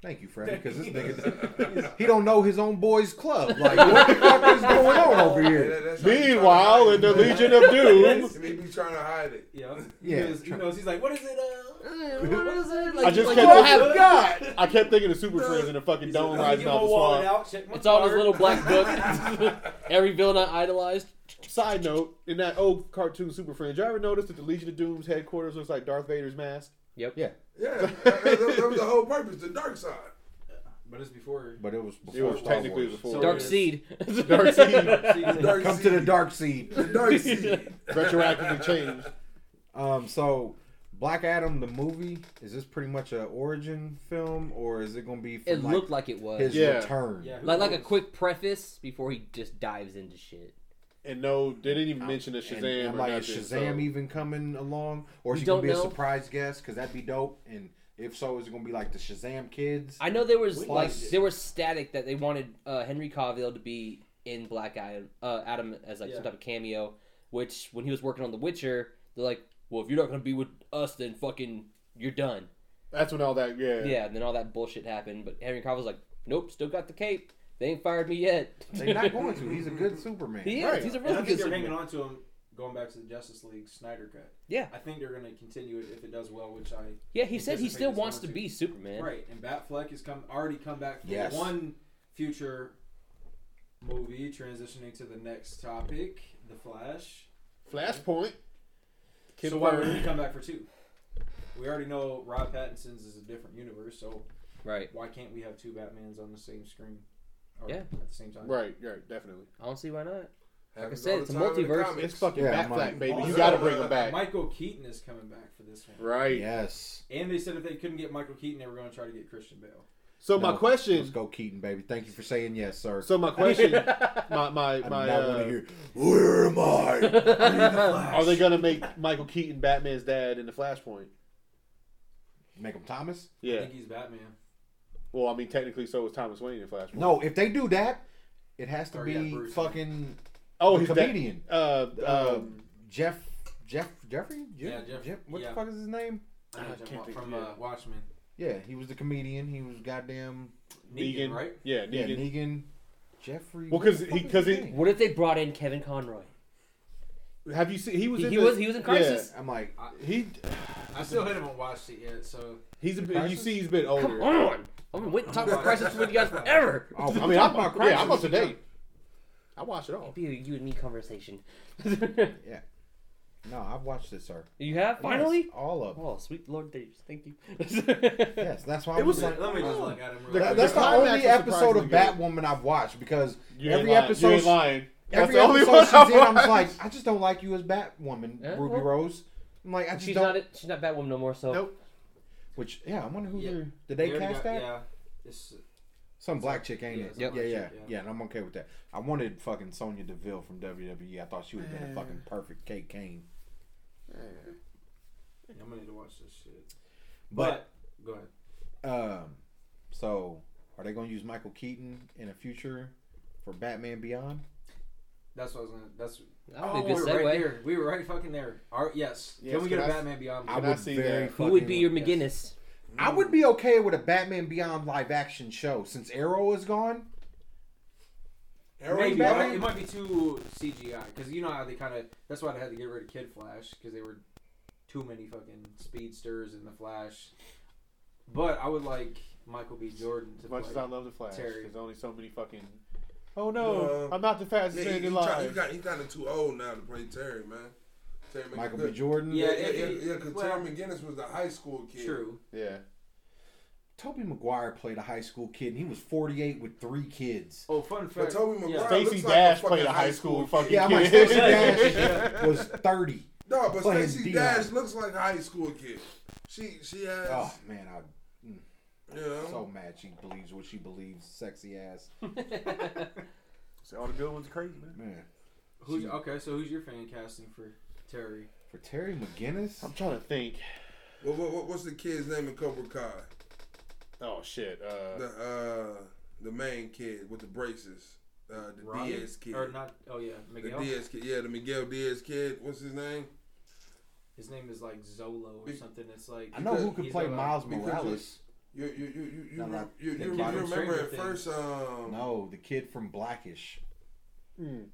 B: Thank you, Fred, because this nigga he don't know his own boys' club. Like, what the fuck is going on over
E: Yeah,
B: here?
E: that's how he trying to
C: Meanwhile,
E: hide
C: in the
E: it.
C: Legion of Doom,
E: And he be trying to hide it.
D: Yeah, he
B: Yeah.
D: knows. He knows. He's like, what is it? Uh,
A: Eh, what is it? Like,
C: I just
A: like,
C: kept
A: you don't
C: thinking-
A: have-
B: God!
C: I kept thinking of Super Friends and the fucking
D: he's
C: dome
D: like,
C: rising
D: give my
C: off the
D: wallet
C: swamp.
D: out. Check my
A: It's all in
D: card.
A: his little black book. Every villain I idolized.
C: Side note: In that old cartoon Super Friends, you ever noticed that the Legion of Doom's headquarters looks like Darth Vader's mask?
A: Yep.
B: Yeah.
E: Yeah, that, that- that was the whole purpose, the dark side.
D: But it's before.
B: But it was before
C: It was
B: Star
C: technically
B: Wars.
C: before
D: So
A: Dark
D: it is.
A: Seed.
C: Dark Seed.
E: Dark
B: Come to
E: Seed.
B: the dark seed.
E: The dark seed.
C: retroactively changed.
B: Um, so Black Adam the movie is this pretty much a origin film or is it going to be? From
A: It
B: like
A: looked like it was.
B: his
C: Yeah.
B: return.
D: Yeah.
A: like like a quick preface before he just dives into shit.
C: And no, they didn't even mention the
B: And-
C: Shazam
B: and
C: or
B: like
C: nothing.
B: is Shazam
C: so-
B: even coming along, or is
A: We
B: he gonna
A: don't
B: be a
A: know.
B: surprise guest? Because that'd be dope. And if so, is it gonna be like the Shazam kids?
A: I know there was
B: We
A: like
B: watched it.
A: there was static that they wanted uh, Henry Cavill to be in Black Adam, uh, Adam as like
D: Yeah.
A: some type of cameo. Which when he was working on The Witcher, they're like, "Well, if you're not gonna be with us, then fucking you're done."
C: That's when all that. Yeah.
A: Yeah. and then all that bullshit happened. But Henry Cavill's like, "Nope, still got the cape. They ain't fired me yet."
B: They're not going to. He's a good Superman.
A: He is.
C: Right.
A: He's a
D: And I
A: really
D: think
A: good
D: they're hanging
A: Superman.
D: on to him going back to the Justice League Snyder cut.
A: Yeah.
D: I think they're going to continue it if it does well, which I
A: Yeah, he said he
D: Anticipate
A: still
D: this
A: wants to
D: one, too.
A: be Superman.
D: right. And Batfleck has come already come back from
B: Yes.
D: one future movie, transitioning to the next topic, The Flash.
C: Flashpoint. Kid
D: so why would he
C: Word.
D: come back for two? We already know Rob Pattinson's is a different universe, so
A: Right.
D: why can't we have two Batmans on the same screen? Or
A: Yeah.
D: At the same time.
C: Right. Right. Definitely.
A: I don't see why not. Like I
E: Happens
A: said,
E: all the
A: it's a
E: time in the
A: multiverse.
E: comics.
C: It's fucking
B: Yeah,
C: Batfleck,
B: Mike.
C: baby. You
D: Also,
C: got to bring him
E: uh,
C: back.
D: Michael Keaton is coming back for this one.
C: Right.
B: Yes.
D: And they said if they couldn't get Michael Keaton, they were going to try to get Christian Bale.
C: So
B: No,
C: my question.
B: Let's go, Keaton, baby. Thank you for saying yes, sir.
C: So my question. my my
B: I do not
C: my.
B: want
C: uh,
B: to hear. Where am I?
C: Are they gonna make Michael Keaton Batman's dad in the Flashpoint?
B: Make him Thomas?
D: I
C: Yeah.
D: think he's Batman.
C: Well, I mean, technically, so was Thomas Wayne in Flashpoint.
B: No. If they do that, it has to
D: Or,
B: be
D: yeah, Bruce.
B: fucking
C: Oh,
B: the
C: his
B: comedian.
C: Dad, uh, um,
B: um, Jeff. Jeff. Jeffrey. Jeff,
D: Yeah, Jeff-
B: Jeff- what
D: yeah.
B: the fuck is his name?
D: I
C: I
D: know
C: can't
D: Jim-
C: think
D: from
C: of it.
D: uh, Watchmen.
B: Yeah, he was the comedian. He was goddamn.
D: Negan,
C: Negan,
D: right?
C: Yeah, Negan.
B: Yeah, Negan. Jeffrey.
C: Well,
B: what the
C: 'cause
B: fuck
C: he-
B: is
C: 'cause
B: his
C: he-
B: name?
A: What if they brought in Kevin Conroy?
C: Have you seen? He was.
A: He-
C: in
A: he
C: the-
A: was- he was in Crisis.
B: I'm like,
C: Yeah. He.
D: I still haven't watched it yet, so
C: He's a bit. You
B: Crisis?
C: see, he's a bit
A: Come
C: older.
A: on! I've been waiting to talk about Crisis with you guys forever.
B: oh,
C: I mean, I'm
B: talking
C: Yeah, I'm up to
B: Crisis.
C: date. I watch it all.
A: Be a you and me conversation.
B: No, I've watched it, sir.
A: you have
B: Yes, all of. it.
A: Oh, sweet Lord, Davis, thank you.
B: Yes, that's why I
C: It
B: was
C: was-
B: like,
D: let me just
B: oh.
D: look at him real
C: The-
D: quick.
B: That- that's the
C: climax
B: only
C: was
B: episode of
C: surprisingly good.
B: Batwoman I've watched because
C: You ain't
B: every
C: lying.
B: episode,
C: You ain't lying. That's
B: every
C: the only
B: episode she's
C: one I
B: in, I'm just like,
C: watched.
B: I just don't like you as Batwoman,
A: Yeah,
B: Ruby
A: well.
B: Rose. I'm like, I just
A: she's
B: don't.
A: not it. She's not Batwoman no more. So
C: Nope.
B: Which, yeah, I wonder who
D: Yeah.
B: they're. Did they
D: already
B: cast
D: got-
B: that?
D: Yeah. It's,
B: Some black chick, ain't
D: Yeah,
B: it?
D: some Yep.
B: Yeah,
D: black
B: yeah,
D: chick,
B: yeah,
D: yeah.
B: And I'm okay with that. I wanted fucking Sonya Deville from WWE. I thought she would have been a fucking perfect Kate Kane.
D: I'm gonna need to watch this shit.
B: But,
D: But go ahead.
B: um, so are they going to use Michael Keaton in the future for Batman Beyond?
D: That's what I was gonna. That's
A: that
D: oh,
A: would be a
D: we
A: good
D: were
A: segue.
D: right there. We were right fucking there. Our, yes.
C: Yes,
D: Can we get
C: can
D: a
C: I s-
D: Batman Beyond?
C: I
D: movie?
C: would- see that. Who
A: Who would be your
B: fucking-
A: McGinnis?
B: I would be okay with a Batman Beyond live action show since Arrow is gone.
E: Arrow
D: Maybe it might,
E: Batman?
D: it might be too CGI because you know how they kind of. That's why they had to get rid of Kid Flash because they were too many fucking speedsters in the Flash. But I would like Michael B. Jordan to
C: As much as I
D: play.
C: love the Flash,
D: Terry.
C: there's only so many fucking. Oh no!
E: No.
C: I'm not the fastest
E: Yeah,
C: man
E: he, he,
C: alive.
E: try, he, got, he kind of too old now to play Terry, man. Terry McGinnis.
B: Michael B. Jordan.
E: Yeah,
D: Yeah,
E: yeah, yeah.
D: it-
E: yeah, 'cause
D: well-
E: Terry McGinnis was the high school kid.
D: True.
C: yeah.
B: Toby Maguire played a high school kid and he was 48 with three kids.
D: Oh, fun fact.
E: But Toby McGuire
D: yeah.
C: Stacey
E: looks
C: Dash
E: like a
C: played
E: fucking
C: a high school
E: kid.
C: fucking
B: Yeah, my
C: kid.
B: Stacey Dash was 30.
E: No, but
B: Playing
E: Stacey
B: D-line.
E: Dash looks like a high school kid. She she has
B: Oh man, I'm
E: you know
B: so mad she believes what she believes. Sexy ass
C: all the good ones are crazy, man.
B: man.
D: Who's okay? So who's your fan casting for Terry?
B: For Terry McGinnis,
C: I'm trying to think.
E: what, what, what- what's the kid's name in Cobra Kai?
C: Oh shit. Uh,
E: The uh the main kid with the braces. Uh the
D: Robbie?
E: Diaz kid.
D: Or not? Oh yeah,
E: the
D: Miguel.
E: Diaz kid, yeah, the Miguel Diaz kid. What's his name?
D: His name is like Zolo or
E: Be-
D: something. It's like
B: I know who could
D: He's
B: play
D: a-
B: Miles
E: because
B: Morales.
E: You you you you you,
B: No,
E: rem-
B: no,
E: you,
B: the
E: you,
B: kid
E: you
B: from
E: remember
D: Stranger
E: at
D: Things.
E: first um
B: No, the kid from Blackish,
C: mm.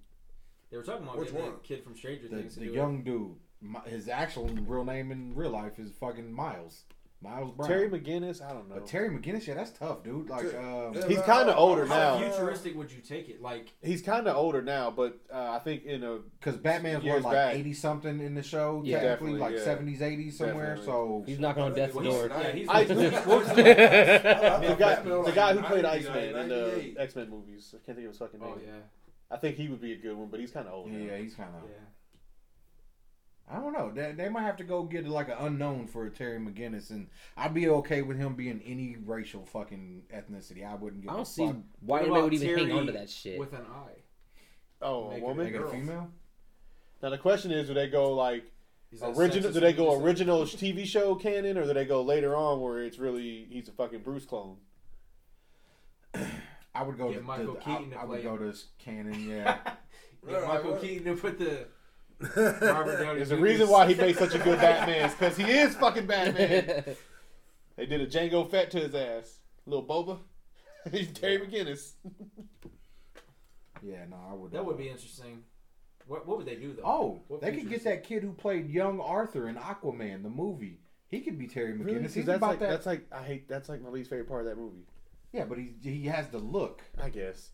D: They were talking about
E: Which
D: getting
E: one?
D: that kid from Stranger
B: the,
D: Things. to
B: the
D: do it.
B: young dude. Mi- His actual real name in real life is fucking Miles Miles Brown.
C: Terry McGinnis, I don't know.
B: but Terry McGinnis, yeah, that's tough, dude. Like, um,
E: Yeah,
C: He's
E: but
C: kinda
E: how-
C: older now.
D: How futuristic would you take it? Like,
C: He's kind of older now, but uh, I think in a
B: Because Batman's what,
C: Years
B: like
C: back.
B: eighty something in the show,
A: Yeah.
B: technically
C: Definitely,
B: like
C: yeah.
B: seventies, eighties somewhere.
C: Definitely.
B: So
A: He's knocking on death's
E: Well,
A: door.
D: yeah, he's.
C: I- the
E: Yeah,
C: guy,
E: Batman was
C: the guy who
E: like
C: played
E: 90,
C: Iceman in the
E: 98.
C: X Men movies. I can't think of his fucking name.
D: oh yeah,
C: I think he would be a good one, but he's kind of old.
B: yeah,
C: now.
B: he's kind of.
D: yeah.
B: I don't know. They, they might have to go get like an unknown for Terry McGinnis, and I'd be okay with him being any racial fucking ethnicity. I wouldn't give.
A: I
B: a
A: don't see
B: fuck.
A: why
D: What
A: anybody
D: about
A: would even hang
D: Terry
A: on to that shit.
D: With an eye.
C: Oh, a
D: Make it
B: They
C: woman.
B: got a
E: Girls.
B: female.
C: Now the question is, do they go like
D: Is that
C: original?
D: sexist
C: Do they
D: when you
C: go
D: say-
C: original TV show canon, or do they go later on where it's really he's a fucking Bruce clone?
B: I would go
D: Get
B: to
D: Michael
B: the,
D: Keaton
B: I,
D: to
B: I would
D: play
B: go
D: him.
B: to s- canon. Yeah,
D: Get
E: Right,
D: Michael
E: right.
D: Keaton to put the Robert
E: Robert
D: Downey.
C: There's a
D: Jr.'s-
C: reason why he made such a good Batman, because he is fucking Batman. They did a Django Fett to his ass, little Boba. He's Terry McGinnis.
B: yeah. No, I would.
D: That
B: uh,
D: would be interesting. What What would they do though?
B: Oh,
D: What
B: they could get
D: features?
B: that kid who played young Arthur in Aquaman the movie. He could be Terry McGinnis. He's
C: that's
B: about
C: like,
B: that.
C: That's like I hate. That's like my least favorite part of that movie.
B: Yeah, but he he has the look.
C: I guess.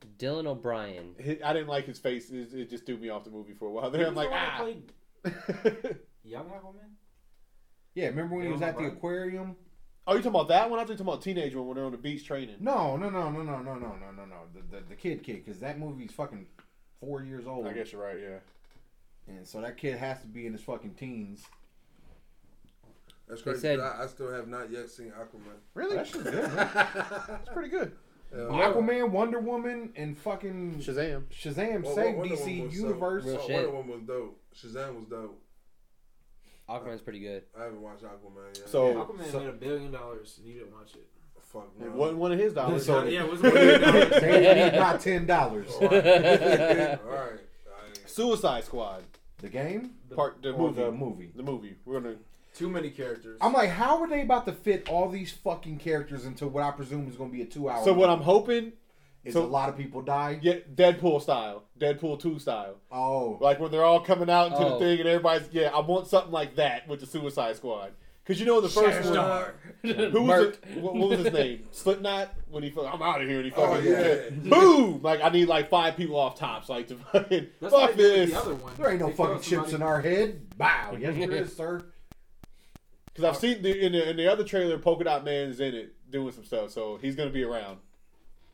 A: Dylan O'Brien.
C: Hi- I didn't like his face. It, it just threw me off the movie for a while.
D: He
C: There, I'm
D: was the
C: like,
D: one
C: ah.
D: that played Young Aquaman.
B: Yeah, remember when he was
D: Yeah,
B: at the
D: right.
B: aquarium?
C: oh, you talking about that one? I thought you talking about teenage one when they're on the beach training.
B: No, no, no, no, no, no, no, no, no, no. The, the the kid kid because that movie's fucking four years old,
C: I guess you're right. Yeah.
B: and so that kid has to be in his fucking teens.
E: That's
A: They
E: crazy.
A: said-
E: I, I still have not yet seen Aquaman.
C: Really?
B: That
C: That's
B: shit's good. Man.
C: pretty good.
E: Yeah.
B: Aquaman, Wonder Woman, and fucking
C: Shazam.
B: Shazam
E: Well,
B: saved
E: Uh, Wonder Woman
B: DC
E: was
B: universe.
A: Real
E: Dope.
A: shit.
E: Wonder Woman was dope. Shazam was dope.
A: Aquaman's pretty good.
E: I haven't watched Aquaman yet.
C: So- Oh,
D: Aquaman
B: so-
D: made a billion dollars and you didn't watch it.
E: fuck no.
C: It wasn't one of his dollars.
B: So-
D: yeah, it was a billion dollars.
B: They need my ten dollars.
E: All right. All right. I ain't-
C: Suicide Squad.
B: The game
D: The-
C: Part the
B: or
C: movie.
B: the
C: The,
B: movie?
C: movie. We're gonna.
D: Too many characters.
B: I'm like, how are they about to fit all these fucking characters into what I presume is going to be a two-hour?
C: So what I'm hoping,
B: is
C: so-
B: a lot of people die.
C: yeah, Deadpool style, Deadpool two style,
B: Oh,
C: like when they're all coming out into
A: Oh.
C: the thing and everybody's yeah. I want something like that with the Suicide Squad. Cause you know the first one, Who was it? What, what was his name? Slipknot. When he, fuck- I'm out of here. And he fucking,
E: Oh, yeah.
C: boom! Like I need like five people off tops, like to fucking
D: That's what
C: fuck
D: they did
C: this.
D: with The other one.
B: There ain't no
D: They
B: fucking
D: throw
B: chips
D: somebody-
B: in our head. Bow. Yes, there is, sir.
C: Because I've seen the in, the in the other trailer, Polka Dot Man's in it doing some stuff, so he's gonna be around.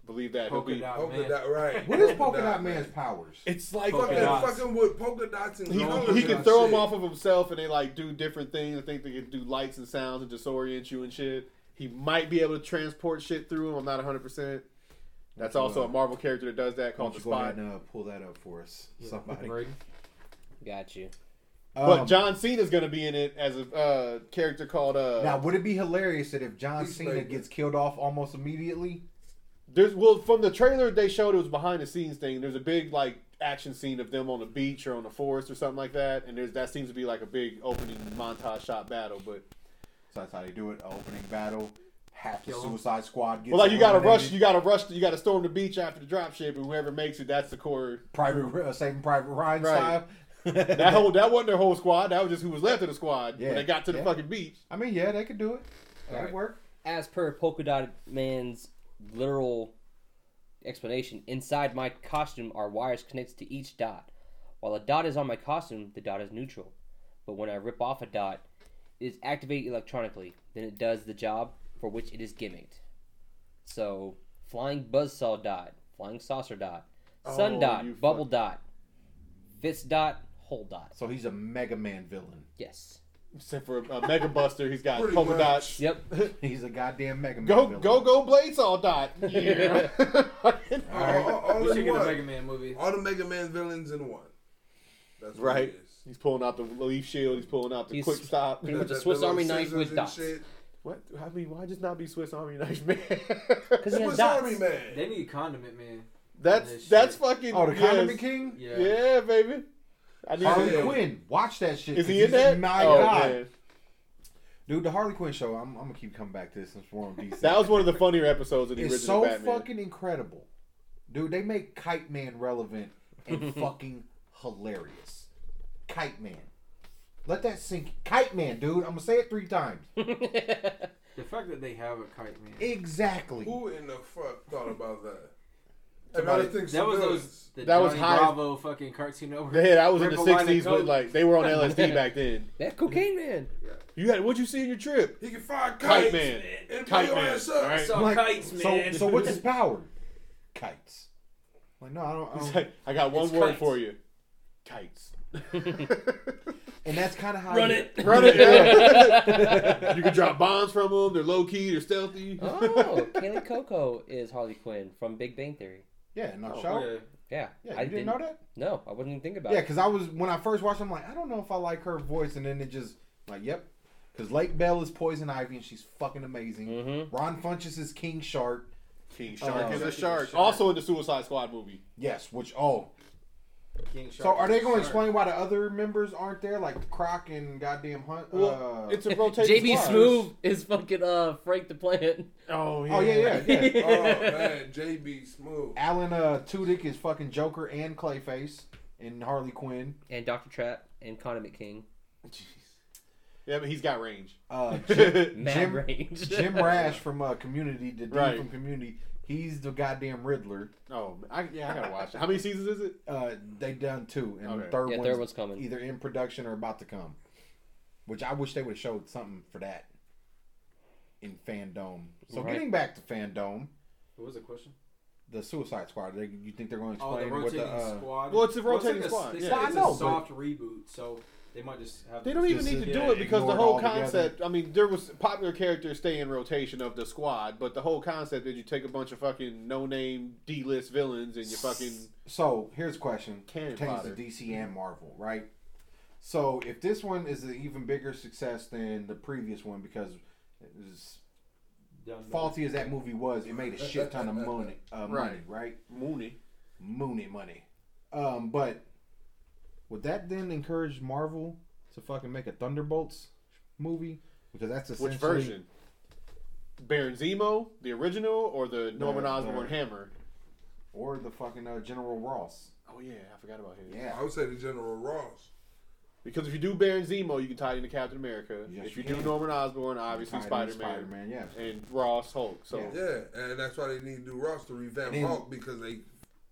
C: Believe that.
D: Polka
C: He'll be.
D: dot
E: Polka
D: man.
E: dot right.
B: What is Polka Dot Man's powers?
C: It's like
E: Fuck
D: Polka
C: fucking-
E: that
D: dots.
E: fucking with polka dots and
C: He,
E: colors
C: he
E: and
C: can throw
E: shit.
C: him off of himself, and they like do different things. I think they can do lights and sounds and disorient you and shit. He might be able to transport shit through him. I'm not 100. percent That's
B: Why don't
C: also
B: you,
C: a Marvel character that does that
B: why don't
C: called the
B: you go ahead
C: Spot.
B: and uh, pull that up for us, somebody.
D: Right.
A: Got you.
C: But
B: Um,
C: John Cena's going to be in it as a uh, character called. Uh,
B: now, would it be hilarious that if John
E: He's
B: Cena
E: like-
B: gets killed off almost immediately?
C: there's well from the trailer they showed it was behind the scenes thing. There's a big like action scene of them on the beach or on the forest or something like that, and there's that seems to be like a big opening montage shot battle. But
B: So that's how they do it. a Opening battle, half the
D: Kill him.
B: Suicide Squad gets.
C: well, like you got to
B: eliminated.
C: rush, you got to rush, you got to storm the beach after the drop ship, and whoever makes it, that's the core.
B: Private uh, Saving Private Ryan
C: Right.
B: style.
C: That whole that wasn't their whole squad. That was just who was left of the squad
B: Yeah,
C: when they got to the
B: yeah.
C: fucking beach.
B: I mean, yeah, they could do it. That'd
A: Alright.
B: work.
A: As per Polka Dot Man's literal explanation, inside my costume are wires connected to each dot. While a dot is on my costume, the dot is neutral. But when I rip off a dot, it is activated electronically. Then it does the job for which it is gimmicked. So, flying buzzsaw dot, flying saucer dot, sun
C: Oh, you
A: dot, bubble
C: fuck-
A: dot, fist dot, hole dot.
B: So he's a Mega Man villain.
A: Yes.
C: Except for a, Mega Buster, he's got
E: Pretty
C: polka
E: much.
C: dots.
A: Yep.
B: He's a goddamn Mega Man.
C: Go
B: villain.
C: go go Blades all dot. Yeah.
E: All, all, all
D: We
E: in
D: should get a
E: one.
D: Mega Man movie.
E: all the Mega Man villains in one. That's what
C: Right.
E: It is.
C: He's pulling out the leaf shield. He's pulling out the
A: He's-
C: quick stop.
A: Pretty much a
E: That- that
A: Swiss
E: little
A: Army knife
E: scissors
A: with
E: and
A: dots.
E: shit.
C: What? I mean, why just not be Swiss Army Knife Man?
A: Because he has
E: Swiss
A: dots.
E: Army man.
D: They need Condiment Man.
C: that's
D: This
C: that's
D: shit.
C: fucking.
B: Oh, the
C: yes.
B: Condiment King.
D: Yeah.
C: Yeah. baby. I need.
B: Harley
E: Yeah.
B: Quinn, watch that shit.
C: Is
B: 'cause
C: he in
B: he's-
C: that?
B: My
C: Oh,
B: God,
C: man.
B: dude, the Harley Quinn show. I'm, I'm gonna keep coming back to this since we're on DC.
C: That was one of the funnier episodes of the
B: it's
C: original
B: so
C: Batman.
B: fucking incredible, dude. They make Kite Man relevant and fucking hilarious. Kite Man, Let that sink. Kite Man, dude. I'm gonna say it three times.
D: The fact that they have a kite man.
B: Exactly.
E: Who in the fuck thought about that?
C: Somebody-
E: Another thing,
D: that was those.
E: civilians.
D: The
C: That was
D: Johnny
C: high-
D: Bravo fucking cartoon over.
C: Yeah, that was in the
D: Purple line
C: '60s,
D: and
C: but
D: coke.
C: like they were on LSD back then.
A: That cocaine man.
C: You had what you see in your trip?
E: He can fire kites
C: Kite man,
E: and blow
C: kite
E: your
C: man.
E: ass
C: All
E: up.
C: right.
D: So-
B: I'm like,
D: Kites, man.
B: So, so what's his power? Kites. I'm like no, I don't. I
C: It's
B: don't.
C: like, I got one
D: It's
C: word
D: kites.
C: for you: kites.
B: And that's kind of how
A: Run
B: you-
A: it.
C: Run it. you can drop bombs from them. They're low key. They're stealthy.
A: Oh, Kaylee Coco is Harley Quinn from Big Bang Theory.
B: Yeah, no
D: Oh,
B: show.
D: yeah.
A: Yeah,
B: Yeah, you didn't, know that?
A: No, I wouldn't even think about
B: Yeah,
A: it.
B: because I was when I first watched, it, I'm like, I don't know if I like her voice, and then it just like, yep, because Lake Bell is Poison Ivy, and she's fucking amazing.
C: Mm-hmm.
A: Mhm.
B: Ron Funches is King Shark,
C: King Shark
B: Oh.
C: is a shark. Also in the Suicide Squad movie.
B: yes. Which oh,
D: King
B: so
D: Shark
B: are they
D: is a
B: going to
D: shark.
B: explain why the other members aren't there, like Croc and goddamn Hunt? uh,
C: Well, it's a rotating.
A: JB
C: squad.
A: Smoove is fucking uh Frank the Plant.
C: Oh yeah.
B: oh yeah, yeah, yeah.
E: Oh man, JB Smooth.
B: Alan uh, Tudyk is fucking Joker and Clayface and Harley Quinn.
A: and Doctor Trap and Condiment King.
C: Jeez. Yeah, but he's got range.
B: Uh,
A: Mad
B: Jim-
A: range.
B: Jim Rash from uh, Community, the dude
C: Right.
B: from Community, he's the goddamn Riddler.
C: Oh, I, yeah, I gotta watch it. How many seasons is it?
B: Uh, they done two, and
C: Okay.
B: the third,
A: Yeah,
B: one's
A: third one's coming.
B: either in production or about to come. Which I wish they would have showed something for that in Fandom. So
A: Right.
B: getting back to Fandom,
D: What was the question?
B: the Suicide Squad. They, you think they're going to
D: Oh, the
B: explain what
D: rotating
B: the? Uh,
D: squad.
C: Well, it's a
D: Well, like
C: rotating
D: a-
C: squad,
D: They
C: yeah.
D: said
B: Well, I
D: it's
B: know,
D: a
B: but-
D: soft reboot, so they might just have.
C: They don't even
B: Just,
C: need to
B: yeah,
C: do it because the
B: ignored
C: whole
B: altogether.
C: concept. I mean, there was popular characters stay in rotation of the squad, but the whole concept is you take a bunch of fucking no name D list villains and you fucking
B: so here's a question:
C: Cannon
B: pertains to
C: fodder.
B: DC and Marvel, right? So if this one is an even bigger success than the previous one, because as
D: Done with.
B: faulty as that movie was, it made a shit ton of money. Uh, money,
C: Right.
B: right?
C: Mooney.
B: Mooney money. Um, but would that then encourage Marvel to fucking make a Thunderbolts movie? Because that's essentially
C: Which version? Baron Zemo, the original, or the Norman
B: Right,
C: Osborn
B: right.
C: Hammer?
B: or the fucking uh, General Ross.
C: Oh yeah, I forgot about him.
B: Yeah,
E: I would say the General Ross.
C: Because if you do Baron Zemo, you can tie it into Captain America.
B: Yes,
C: if you
B: you
C: do
B: can.
C: Norman Osborn, obviously Spider Man
B: Spider-Man, yeah.
C: and Ross Hulk. So
B: Yeah.
E: Yeah, and that's why they need to do Ross to revamp
B: And then-
E: Hulk because they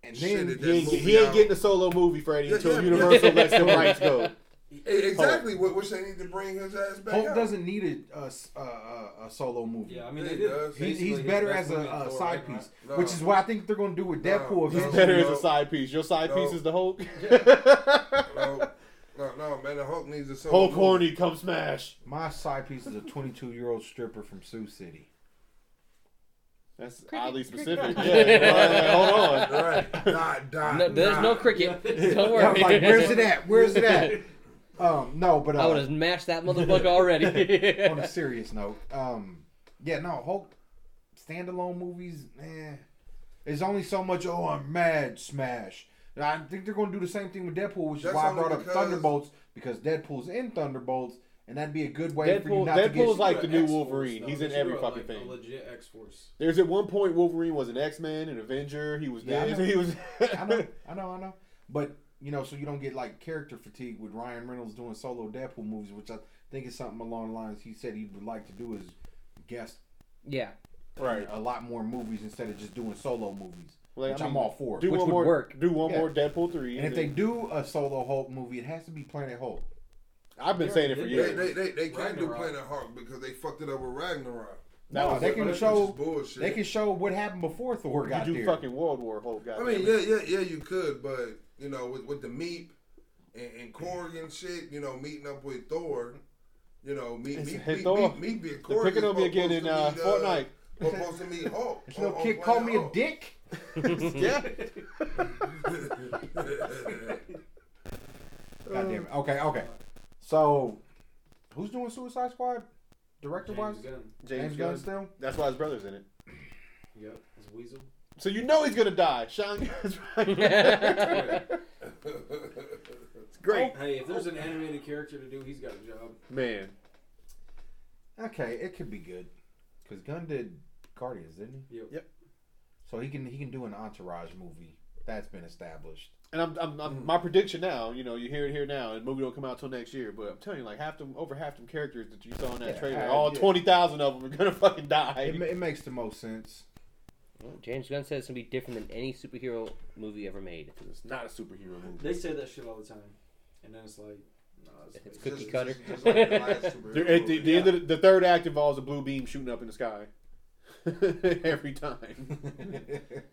B: And
E: shit
B: then
E: at
C: he
E: that
C: ain't,
E: movie.
C: he ain't
E: out.
C: getting a solo movie for Eddie
E: Yeah,
C: until
E: yeah,
C: Universal
E: yeah.
C: lets them rights go.
E: E- exactly what which they need to bring his ass back.
B: Hulk
E: out.
B: doesn't need a, a s- a- a- a solo movie.
D: Yeah, I mean
E: Yeah,
D: they
E: it
D: did.
E: does.
B: He-
D: basically
B: he's
D: his
B: better
D: best
B: as a,
D: movie in
B: a
D: Thor,
B: side
D: right?
B: piece,
E: No.
B: which is what I think they're going to do with
E: No.
B: Deadpool.
E: He's
C: It's
B: eventually.
C: better as
E: No.
C: a side piece. Your side piece
E: No.
C: is the Hulk.
E: No, no, no, man. The Hulk needs a solo.
C: Hulk
E: movie.
C: horny, come smash.
B: My side piece is a 22 year old stripper from Sioux City.
C: That's
F: Cricket,
C: oddly
F: cricket.
C: specific. Yeah, all right, hold on.
E: Right. Not, not,
A: No, there's no cricket. Don't worry.
B: Yeah, I'm like, where's it at? Where's it at? Um, no, but uh,
A: I would have mashed that motherfucker already.
B: on a serious note, um, yeah, no, Hulk standalone movies, eh. There's only so much. Oh, I'm mad, smash. And I think they're going to do the same thing with Deadpool, which is
E: That's
B: why I
E: only
B: brought up
E: because-
B: Deadpool's because Deadpool's in Thunderbolts, and that'd be a good way for you
C: Deadpool,
B: not to get.
C: Deadpool's like
D: You're
C: the
D: an
C: new
D: X-Force,
C: Wolverine.
D: though.
C: He's in
D: You
C: every
D: are,
C: fucking
D: like, a
C: thing.
D: legit X Force.
C: There's at one point Wolverine was an X Man, an Avenger. He was
B: Yeah, I
C: this.
B: know.
C: He was.
B: I know, I know, I know. But you know, so you don't get like character fatigue with Ryan Reynolds doing solo Deadpool movies, which I think is something along the lines he said he would like to do is guest
A: yeah,
C: Right.
B: a lot more movies instead of just doing solo movies,
C: Like,
B: which
C: I
B: I
C: mean,
B: am all for.
C: Do
A: Which
C: one
A: would
C: more.
A: work.
C: Do one
B: Yeah.
C: more Deadpool three.
B: and if they
C: then-
B: do a solo Hulk movie, it has to be Planet Hulk.
C: I've been saying it for
D: They-
E: They,
C: years.
E: they, they, they can't do
D: Ragnarok.
E: Planet Hulk because they fucked it up with Ragnarok.
C: That
B: no,
C: was
B: they
C: it.
B: can
E: That's
B: show
E: just bullshit.
B: they can show what happened before Thor
C: you
B: got
C: do
B: there.
C: fucking World War Hulk.
E: I mean, yeah, yeah, yeah, you could, but you know, with, with the meep and, and Korg and shit, you know, meeting up with Thor, you know, meet
C: It's
E: meet
C: hit
E: meet,
C: Thor.
E: meet, meet, meet
C: They're
E: Korg.
C: picking
E: is
C: on me again in uh,
E: supposed to meet,
C: Fortnite.
E: We're supposed to meet Hulk.
B: This little
E: on- on
B: kid called me
E: Oh, Planet
B: a dick.
C: yeah.
E: Hulk.
B: God damn it. Okay, okay. So, who's doing Suicide Squad? Director wise,
D: James Gunn.
B: James Gunn still.
C: That's why his brother's in it.
D: Yep, it's Weasel.
C: So you know he's gonna die. Sean Gunn's right. it's great,
D: Hey, if there's an animated character to do, he's got a job.
C: Oh, man.
B: Okay, it could be good. Cause Gunn did Guardians, didn't he?
D: Yep.
C: Yep.
B: So he can he can do an entourage movie That's been established.
C: And I'm, I'm, I'm my prediction now, you know, you hear it here now, and the movie don't come out till next year. But I'm telling you, like half them, over half them characters that you saw in that
B: Yeah,
C: trailer,
B: I-
C: all
B: yeah.
C: twenty thousand of them are gonna fucking die.
B: It, ma- it makes the most sense.
A: Well, James Gunn says it's gonna be different than any superhero movie ever made.
C: it's not a superhero movie.
D: They say that shit all the time, and then it's like, no, it's
A: It's
D: fake.
A: cookie cutter.
E: Just, just like the last superhero
C: The, at the,
E: movie.
C: the end of the, the third act involves a blue beam shooting up in the sky every time.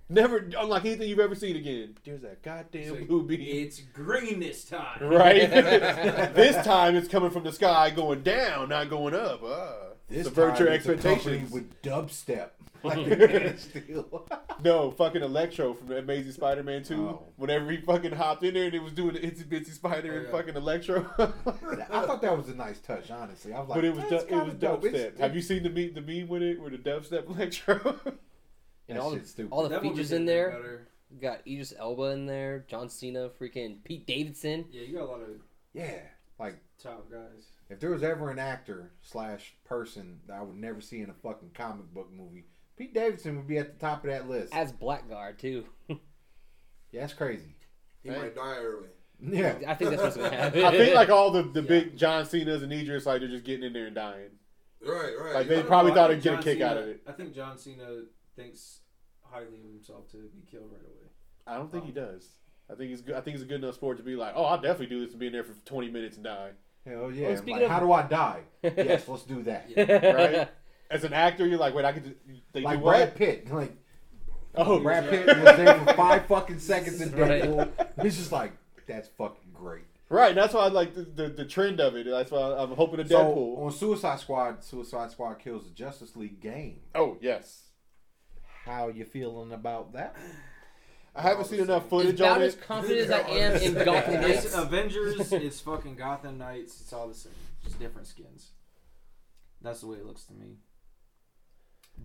C: Never, unlike anything you've ever seen again. There's that
D: It's
C: goddamn
D: like,
C: blue beam.
D: It's green this time.
C: Right. this time it's coming from the sky, going down, not going up. Uh,
B: This
C: subvert
B: time
C: your
B: it's accompanied
C: expectations.
B: with dubstep. Like the Man of Steel.
C: No, fucking Electro from the Amazing Spider-Man Two.
B: Oh.
C: Whenever he fucking hopped in there and it was doing the itsy bitsy spider
D: Oh,
C: and
D: yeah.
C: fucking Electro.
B: I thought that was a nice touch, honestly. I was like,
C: but it was
B: "That's
C: du- it was
B: kinda dope."
C: dubstep.
B: It's-
C: Have you seen the meme the meme with it where the dubstep Electro?
B: That
A: And all
B: shit's
A: the,
B: stupid.
A: all the
D: That one
A: features
D: we
A: in
D: did
A: there.
D: better.
A: Got Idris Elba in there, John Cena, freaking Pete Davidson.
D: Yeah, you got a lot of
B: Yeah, like
D: top guys.
B: if there was ever an actor slash person that I would never see in a fucking comic book movie, Pete Davidson would be at the top of that list.
A: As Blackguard too.
B: Yeah, that's crazy.
E: he might die early.
B: Yeah,
A: I think that's what's gonna happen.
C: I think like all the, the big John Cena's and Idris like they're just getting in there and dying.
E: Right, right.
C: Like,
E: You
C: they
E: gotta-
C: probably
D: I
C: thought it'd
D: think
C: get a
D: John
C: kick
D: Cena,
C: out of it.
D: I think John Cena thinks highly of himself to be killed right away.
C: I don't think he
B: Oh.
C: does. I think he's good. I think he's a good enough sport to be like, oh, I'll definitely do this and be in there for 20 minutes and die.
B: hell yeah.
A: Well,
B: I'm
A: speaking
B: like,
A: of-
B: how do I die? yes, let's do that.
C: Right? As an actor, you're like, wait, I could. Just, they
B: Like
C: do what?
B: Brad Pitt, like
C: Oh,
B: Brad Pitt was there for five fucking seconds in
A: Right.
B: Deadpool. It's just like that's fucking great.
C: Right, that's why I like the, the, the trend of it. That's why I'm hoping a
B: So
C: Deadpool.
B: on Suicide Squad, Suicide Squad kills the Justice League game.
C: oh yes,
B: How you feeling about that?
C: I haven't seen enough
A: As
C: footage on
A: about as
C: it.
A: confident as I am in Gotham
D: It's
A: Knights.
D: Avengers, it's fucking Gotham Knights, it's all the same. Just different skins. That's the way it looks to me.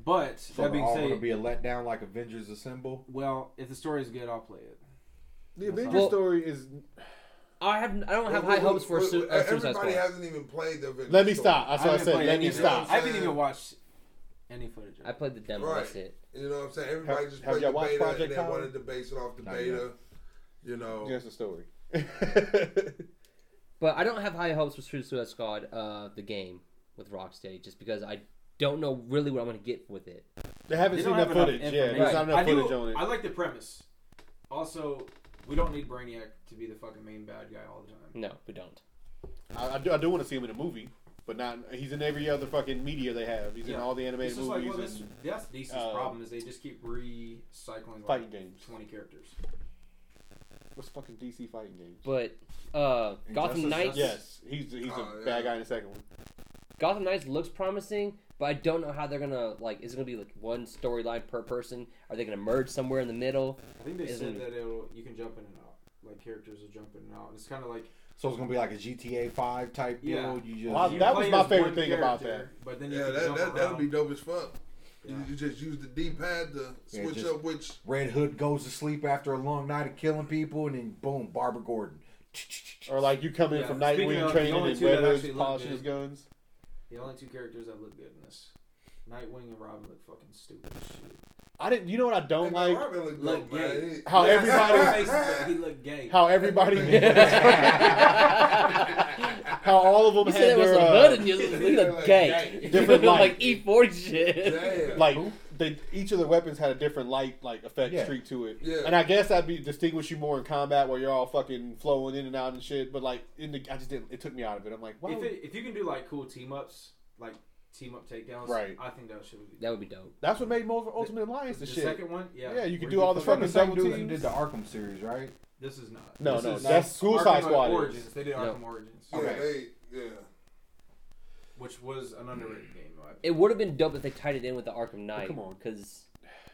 D: But
B: So
D: that
B: they're
D: being
B: all gonna
D: said,
B: be a letdown like Avengers Assemble.
D: well, if the story is good, I'll play it.
C: The Avengers
A: Well-
C: story is.
A: I have I don't have
E: Well,
A: high
E: well,
A: hopes for
E: well,
A: su- uh, Suicide
E: Everybody
A: Squad.
E: hasn't even played the Avengers
C: Let me
E: story.
C: stop. That's what I
D: haven't
C: said.
D: played
C: Let
D: any
C: me
D: of it.
C: stop.
D: I haven't even watched any footage. Of
A: I
D: it.
A: played the demo.
E: Right.
A: That's it.
E: You know what I'm saying? Everybody just
C: have
E: played
C: y'all
E: the
C: watched
E: beta
C: Project
E: and they
C: Power?
E: wanted to base it off the
B: Not
E: beta. You know.
C: Just a story.
A: But I don't have high hopes for Suicide Squad, uh, the game with Rocksteady, just because I don't know really what I'm gonna get with it.
C: they haven't
D: They
C: seen
D: don't
C: enough
D: have enough
C: footage. Yeah, there's
D: information.
C: not enough
D: I do-
C: footage on it.
D: I like the premise. Also, we don't need Brainiac to be the fucking main bad guy all the time.
A: No, we don't.
C: I, I do, I do want to see him in a movie, but not. He's in every other fucking media they have. He's in
D: Yeah.
C: all the animated
D: It's just
C: movies
D: like, well,
C: and
D: this, that's DC's
C: uh,
D: problem is they just keep recycling like
C: fighting games.
D: 20 characters.
C: What's fucking DC fighting games?
A: But uh, Gotham
B: Injustice-
A: Knights,
C: Yes, he's he's a
E: Oh, yeah.
C: bad guy in the second one.
A: Gotham Knights looks promising, but I don't know how they're gonna like. Is it gonna be like one storyline per person? Are they gonna merge somewhere in the middle?
D: I think they
A: Isn't-
D: said that it'll you can jump in and out. Like characters will jump in and out. It's kind of like
B: So it's gonna be like a GTA Five type deal.
D: Yeah.
B: You just
C: Well,
D: you
C: that was
D: play
C: my
D: as
C: favorite
D: one
C: thing about
D: character, But then you
E: Yeah,
D: can
E: that,
D: jump
E: that, that'll
D: around.
E: be dope as fuck. You-
D: Yeah.
E: You just use the D pad to
B: Yeah,
E: switch
B: just-
E: up which.
B: Red Hood goes to sleep after a long night of killing people, and then boom, Barbara Gordon.
C: Or like you come in
D: Yeah,
C: from
D: speaking
C: Nightwing
D: of, the
C: training
D: only
C: and
D: two
C: Red
D: that
C: Hood's
D: actually look
C: polishing his
D: good-
C: guns.
D: The only two characters that look good in this, Nightwing and Robin, look fucking stupid. as shit.
C: I didn't. You know what I don't like?
E: Robin look
D: Look
E: dope, man.
D: gay.
E: He-
C: How
E: Yeah.
C: everybody-
D: he looked gay.
C: How everybody. how all of them
A: You said
C: had
A: there was
C: their
A: a
C: uh,
A: hood and you you
E: Yeah,
A: look
E: like,
A: gay.
E: gay.
C: Different
A: like
C: light.
A: E40 shit.
E: Damn.
C: like they each of the weapons had a different light like effect
B: Yeah.
C: streak to it.
E: Yeah.
C: And I guess that'd be distinguish you more in combat where you're all fucking flowing in and out and shit. But like in the I just didn't it took me out of it. I'm like, wow.
D: If, it, if you can do like cool team ups, like team up takedowns,
C: Right.
D: I think that should be.
A: That would be dope.
C: That's what made Marvel Ultimate Alliance the,
D: the
C: shit.
D: second one, yeah.
C: Yeah, you could
D: where
C: do all the
B: It's from
C: fucking
B: the
D: fucking-
B: same
C: double
B: dude that
C: teams.
B: did the Arkham series, right?
D: This is not.
C: No,
D: This
C: no,
D: is
C: that's Suicide
D: Arkham
C: Squad is.
D: Origins. They did
A: No.
D: Arkham Origins,
E: Yeah,
B: Okay.
E: they, yeah.
D: which was an underrated game. in my opinion.
A: It would have been dope if they tied it in with the Arkham Knight.
C: come on.
A: because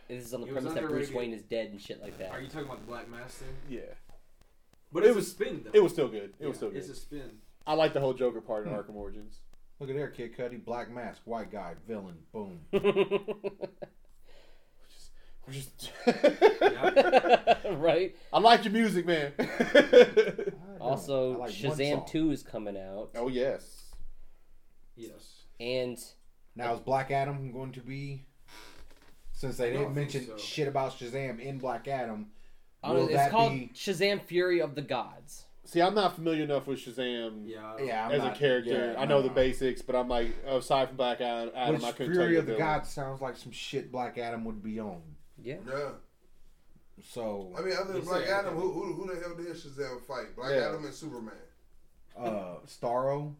A: this is on the
D: It was
A: premise that Bruce
D: underrated.
A: Wayne is dead and shit like that.
D: Are you talking about the Black Mass thing?
C: Yeah.
D: But
C: It
D: it was
C: was-
D: a spin though.
C: It was still good. It was still
D: Yeah, It's Hmm.
C: good.
D: a spin.
C: I like the whole Joker part in Arkham Origins.
B: Look at there, Kid Cudi, black mask, white guy, villain, boom.
C: We're just-
D: Yeah.
A: right?
C: I like your music, man.
A: Also,
B: I like one song.
A: Shazam 2 is coming out.
C: oh yes.
D: yes.
A: And
B: Now is Black Adam going to be? Since they
D: I don't
B: didn't
D: think
B: mention
D: so.
B: shit about Shazam in Black Adam,
A: I don't
B: Will
A: know, it's
B: that
A: called
B: be-
A: Shazam Fury of the Gods.
C: See, I'm not familiar enough with Shazam
D: Yeah. I don't-
B: Yeah, I'm
C: as
B: not-
C: a character.
B: yeah,
C: I know
B: no,
C: the
B: no.
C: basics, but I'm like aside from Black Adam, Adam I
B: Which
C: couldn't tell
B: Fury
C: you
B: of the
C: villain.
B: Gods sounds like some shit Black Adam would be on.
A: Yeah.
E: Yeah.
B: So,
E: I mean, other than
D: You
E: Black
D: say
E: Adam, who, who who the hell did Shazam fight? Black
C: Yeah.
E: Adam and Superman.
B: uh, Starro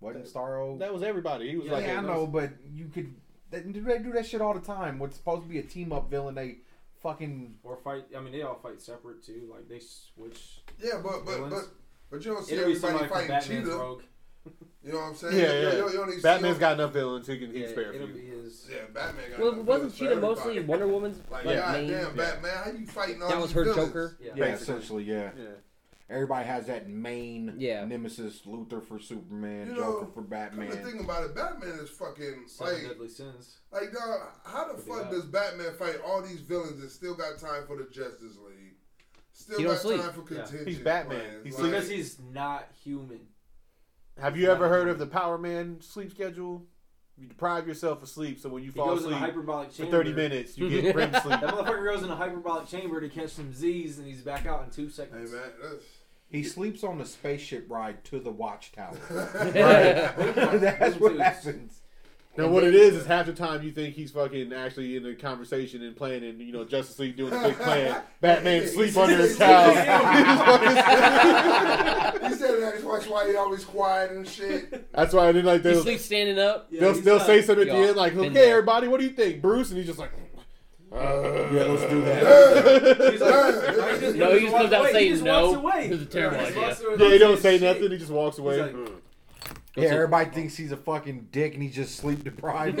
B: wasn't Starro.
C: That was everybody. He was
D: Yeah,
C: like,
B: yeah,
C: a-
B: I know, but you could. They, they do that shit all the time. What's supposed to be a team up villain, they fucking.
D: Or fight. I mean, they all fight separate too. Like they switch.
E: Yeah, but but
D: Villains?
E: but but you don't see
D: It'll be
E: everybody
D: somebody from
E: fighting
D: Batman's
E: Cheetah.
D: Rogue.
E: You know what I'm saying?
C: Yeah,
E: You-
C: yeah.
E: you- you don't even see
C: Batman's
E: him-
C: got enough villains. He can he
D: Yeah,
C: can spare a
D: it'll
C: few.
D: be his.
E: Yeah, Batman got.
A: Well, wasn't
E: enough villains
A: Cheetah
E: for
A: mostly
E: everybody.
A: Wonder Woman's
E: Like,
A: like,
E: goddamn,
A: main?
E: Batman, how you fighting all
A: That was
E: these
A: her
E: villains?
A: Joker.
D: Yeah.
B: Yeah,
C: Basically.
B: essentially, yeah.
C: Yeah.
B: Everybody has that main
A: Yeah.
B: nemesis, Luther for Superman,
E: You know,
B: Joker for
E: Come to
B: Batman.
E: think about it, Batman is fucking
D: Seven
E: like,
D: deadly sins.
E: like dog, how the
D: Could be
E: fuck
D: that.
E: does Batman fight all these villains and still got time for the Justice League? Still
A: He don't
E: got
A: sleep.
E: time for
D: Yeah.
E: contingency.
C: He's Batman.
E: plans,
C: He
E: like-
D: Because he's not human.
C: Have you ever heard of the Power Man sleep schedule? You deprive yourself of sleep, so when you
D: He
C: fall
D: goes in a
C: asleep
D: hyperbolic
C: for
D: chamber.
C: 30 minutes, you get REM sleep.
D: That motherfucker goes in a hyperbolic chamber to catch some Z's, and he's back out in two
E: Hey
D: seconds.
E: man, that's
B: He sleeps on the spaceship ride to the watchtower.
D: Right.
B: That's what happens.
C: Now, what it is is half the time you think he's fucking actually in a conversation and planning, you know, Justice League doing a big plan. Batman sleep under his couch.
E: he said that. That's why he always quiet and shit.
C: That's why I didn't
A: He
C: like they'll,
A: sleeps standing up.
D: Yeah,
C: they'll,
D: he's
C: they'll
D: not-
C: say something at the
A: Y'all
C: end like,
A: been
C: "Okay,
A: there.
C: everybody, what do you think, Bruce?" And he's just like,
B: Yeah, let's do that.
E: Yeah.
D: He's like, no, he just,
A: No, he just
D: walks
A: comes out
D: away. He
A: saying
D: just
A: no.
D: Walks away.
A: This is a terrible
D: He just
A: idea.
D: walks away
C: "Yeah, he
D: without
C: don't say
D: saying shit.
C: nothing. He just walks away."
D: like,
C: Mm.
B: Yeah, everybody thinks he's a fucking dick and he's just sleep deprived.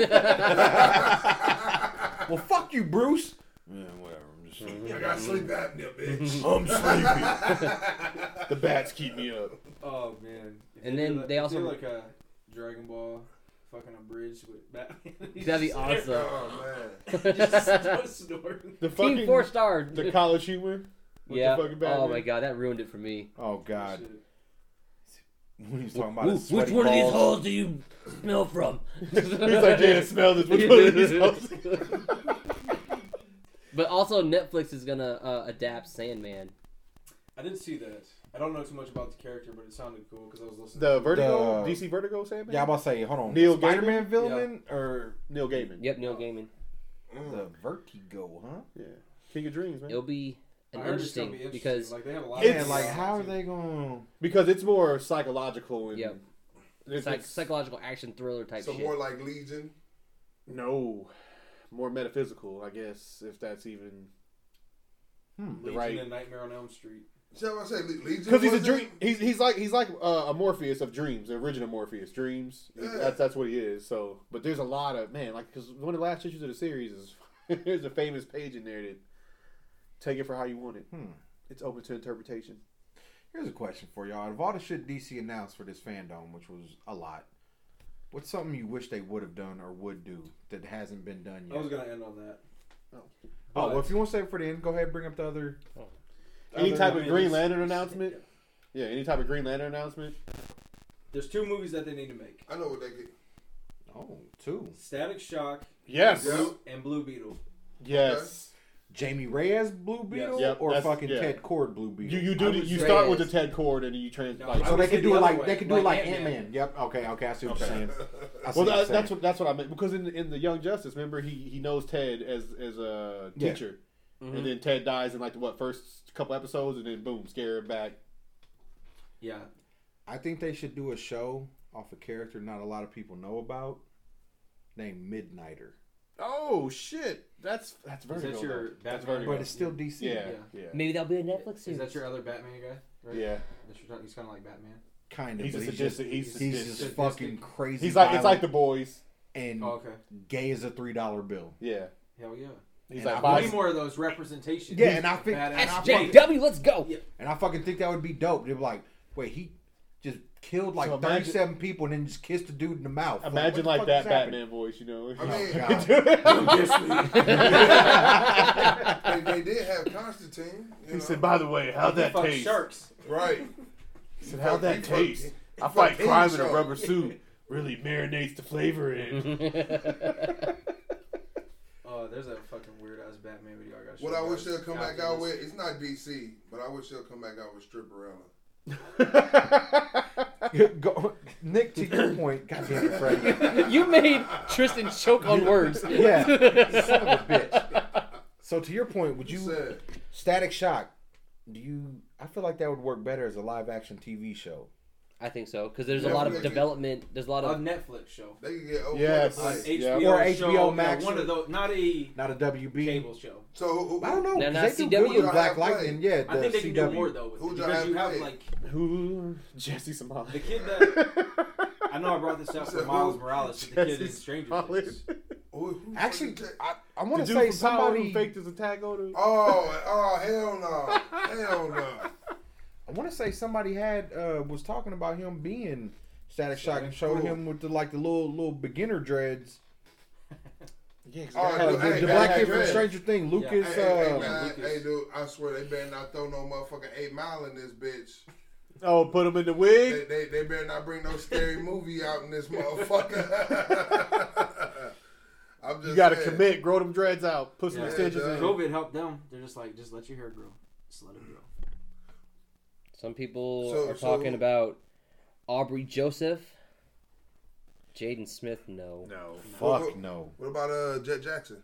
B: well, fuck you, Bruce. Yeah, whatever. I'm just sleeping.
E: I got sleep apnea, bitch.
B: I'm sleepy.
C: the bats keep me up.
D: Oh man. If
A: And
D: do
A: then
D: like-
A: they
D: if
A: also-
D: do like a Dragon Ball, fucking a bridge with Batman. He's
A: That'd be
D: just
A: awesome.
E: oh man.
D: there, Just starts snoring.
C: The
A: Team
C: fucking
A: four star.
C: the college humor. With
A: yeah.
C: The fucking
A: oh
C: Batman.
A: my god, that ruined it for me.
B: Oh God,
D: Shit.
B: when he's talking about
A: Wh-
B: his sweaty balls.
A: do you smell from?
C: He's like, "Yeah, smell this." Which one of these hoes?"
A: but also Netflix is gonna uh, adapt Sandman.
D: I didn't see that. I don't know too much about the character, but it sounded cool because I was listening.
C: The Vertigo,
B: The-
C: DC Vertigo, Sandman.
B: Yeah, I'm about to say, hold on.
C: Neil
B: Spider-Man villain or
C: Neil Gaiman.
A: Yep, Neil Gaiman.
E: Mm.
B: the Vertigo, huh?
C: Yeah. King of Dreams, man.
A: It'll be
D: I
A: an
D: heard it's
A: interesting,
D: gonna be interesting
A: because
D: like they have a lot.
C: It's-
B: Yeah,
D: of
B: like how are they going?
C: Because it's more psychological and
A: yeah,
C: it's,
A: it's like psychological action thriller type
E: So
A: shit.
E: more like Legion.
C: no, more metaphysical, I guess, if that's even
D: Legion
C: right.
D: and Nightmare on Elm Street.
E: See what I say? Le- Legion.
C: because he's a
E: was
C: dream.
E: it?
C: He's he's like he's like uh, a Morpheus of dreams, the original Morpheus dreams.
E: Yeah.
C: That's that's what he is. So, but there's a lot of man, like because one of the last issues of the series is there's a famous page in there that take it for how you want it.
B: Hmm.
C: It's open to interpretation.
B: Here's a question for y'all. Out of all the shit DC announced for this fandom, which was a lot, what's something you wish they would have done or would do that hasn't been done
D: I was
B: yet?
D: gonna end on that.
B: Oh, well, if you want to save it for the end, go ahead and bring up the other.
C: Any
D: Other
C: type of
D: movies.
C: Green Lantern announcement. Yeah, any type of Green Lantern announcement.
D: There's two movies that they need to make:
E: I know what they get.
B: Oh, two.
D: Static Shock
C: Yes.
E: Yep.
D: and Blue Beetle.
C: Yes.
B: Jamie Reyes Blue Beetle
C: Yep,
B: or
C: that's-
B: fucking
C: yeah.
B: Ted Cord Blue Beetle.
C: You you do
A: I
C: the,
A: would
C: you
A: say
C: start with the
A: it's-
C: Ted cord and you trans
D: No,
C: like
D: I
B: so
D: would
B: they
D: say
B: could
D: the
B: do it
D: other
B: like
D: way,
B: they could do
D: like
B: it like Ant
D: Ant-Man.
B: Man. Yep. Okay. Okay. I see what
C: Okay.
B: you're saying. I see what you're
C: Well, that,
B: saying.
C: that's what that's what I meant because in in the Young Justice, remember he he knows Ted as as a
B: Yeah. Mm-hmm.
C: teacher,
A: Mhm.
C: and then Ted dies in like the what first couple episodes, and then boom, scare him back.
D: Yeah,
B: I think they should do a show off a character not a lot of people know about, named Midnighter.
C: Oh shit, that's that's
D: that
C: Vertigo.
D: your
C: though. that's
D: Batman?
C: Vertigo.
B: But it's still DC.
C: yeah, yeah,
A: Maybe that'll be a Netflix
D: is
A: series.
D: that your other Batman guy?
C: yeah.
D: Right? That's your- he's kind of like Batman.
B: Kind of.
C: He's a
B: but
C: sadistic. He's
B: He's,
C: sadistic.
B: just
D: sadistic.
B: fucking crazy.
C: He's like it's like
B: violent
C: the boys.
B: and
D: Oh, okay.
B: gay as a three dollar bill.
C: Yeah,
D: Hell yeah.
C: he's
B: And I
C: like
B: Well,
D: Way
C: bi-
D: more of those representations.
B: Yeah, and I think-
D: Badass.
B: and I
D: Fuck
B: think-
D: it.
A: SJW, let's go.
D: Yeah.
B: And I fucking think that would be dope. They'd be like, wait, he just killed like
C: So imagine-
B: thirty seven people and then just kissed a dude in the mouth.
C: Imagine
B: what the fuck
C: like that
B: just happened?
C: Batman voice, you know.
E: I mean, they, they did have Constantine. You
C: he
E: know?
C: said, "By the way, how'd that
D: Fuck
C: taste?
D: sharks.
E: right.
C: He said, how'd
E: He
C: that
E: fucked-
C: taste?
E: he
C: I
E: fucked
C: fight
E: any
C: crime in a
E: shark."
C: rubber suit. Really marinates the flavor in."
D: Oh, there's a fucking weird ass Batman video I got.
E: What I wish they'll come back out with, it's not DC, but I wish they'll come back out with Stripperella.
B: Oh, Go, Nick, to your point, goddamn it, Freddie.
A: you made Tristan choke on words.
B: Yeah, son of a bitch. So to your point, would
E: You
B: you
E: said
B: Static Shock? Do you? I feel like that would work better as a live action TV show.
A: I think so because there's
E: Yeah,
A: a lot
E: we
A: of
E: make it-
A: development. There's a lot
D: a
A: of
D: Netflix show.
E: they could get over
C: Yes.
E: the
D: An
E: place.
C: Nice.
D: HBO
B: Or
D: show,
B: HBO
D: yeah,
B: Max.
D: one of those, not a
B: Not a WB.
D: cable show.
E: So who, who,
B: I don't know.
A: Now,
B: 'cause
A: now
B: they do good
A: CW
B: with Black
E: have
B: Lightning.
E: played.
B: Yeah,
D: I think
B: the
D: they
B: CW.
D: can do more though with
E: Who
D: it,
E: do I
D: because
E: have
D: you have
E: played?
D: like
C: Who? Jesse Somalia.
D: the kid that I know I brought this up for Miles Morales, but the kid in
C: Jesse
D: Stranger
C: Somalia.
D: Things.
E: who- who
B: Actually,
E: fucking ta-
B: I, I
C: The
B: want to
C: dude
B: say
C: from Power who
B: somebody.
C: faked his attack on him.
E: oh, oh, hell no, hell no.
B: I want to say somebody had uh, was talking about him being Static Shock and showed
E: Cool.
B: him with the like the little little beginner dreads.
C: Yeah, 'cause
E: Oh,
C: that
E: yeah,
C: had a
B: Like, the,
E: hey,
B: the
E: hey,
C: that
B: black
C: had
E: hey,
B: kid from
E: dreads.
B: Stranger Thing,
E: Hey,
B: Lucas.
E: hey, hey,
B: uh,
E: man,
D: Lucas.
E: hey, dude, I swear they better not throw no motherfucking eight mile in this bitch.
C: Oh, put him in the wig.
E: They, they, they better not bring no scary movie out in this motherfucker. I'm just
C: You gotta
E: saying.
C: commit. Grow them dreads out. Put some
D: Yeah,
C: extensions
E: duh.
C: in.
D: COVID helped them. They're just like, just let your hair grow. Just let it grow.
A: some people
E: So-
A: are
E: so-
A: talking about Aubrey Joseph, Jaden Smith. No,
C: No.
B: Fuck no.
E: What about uh Jet Jackson?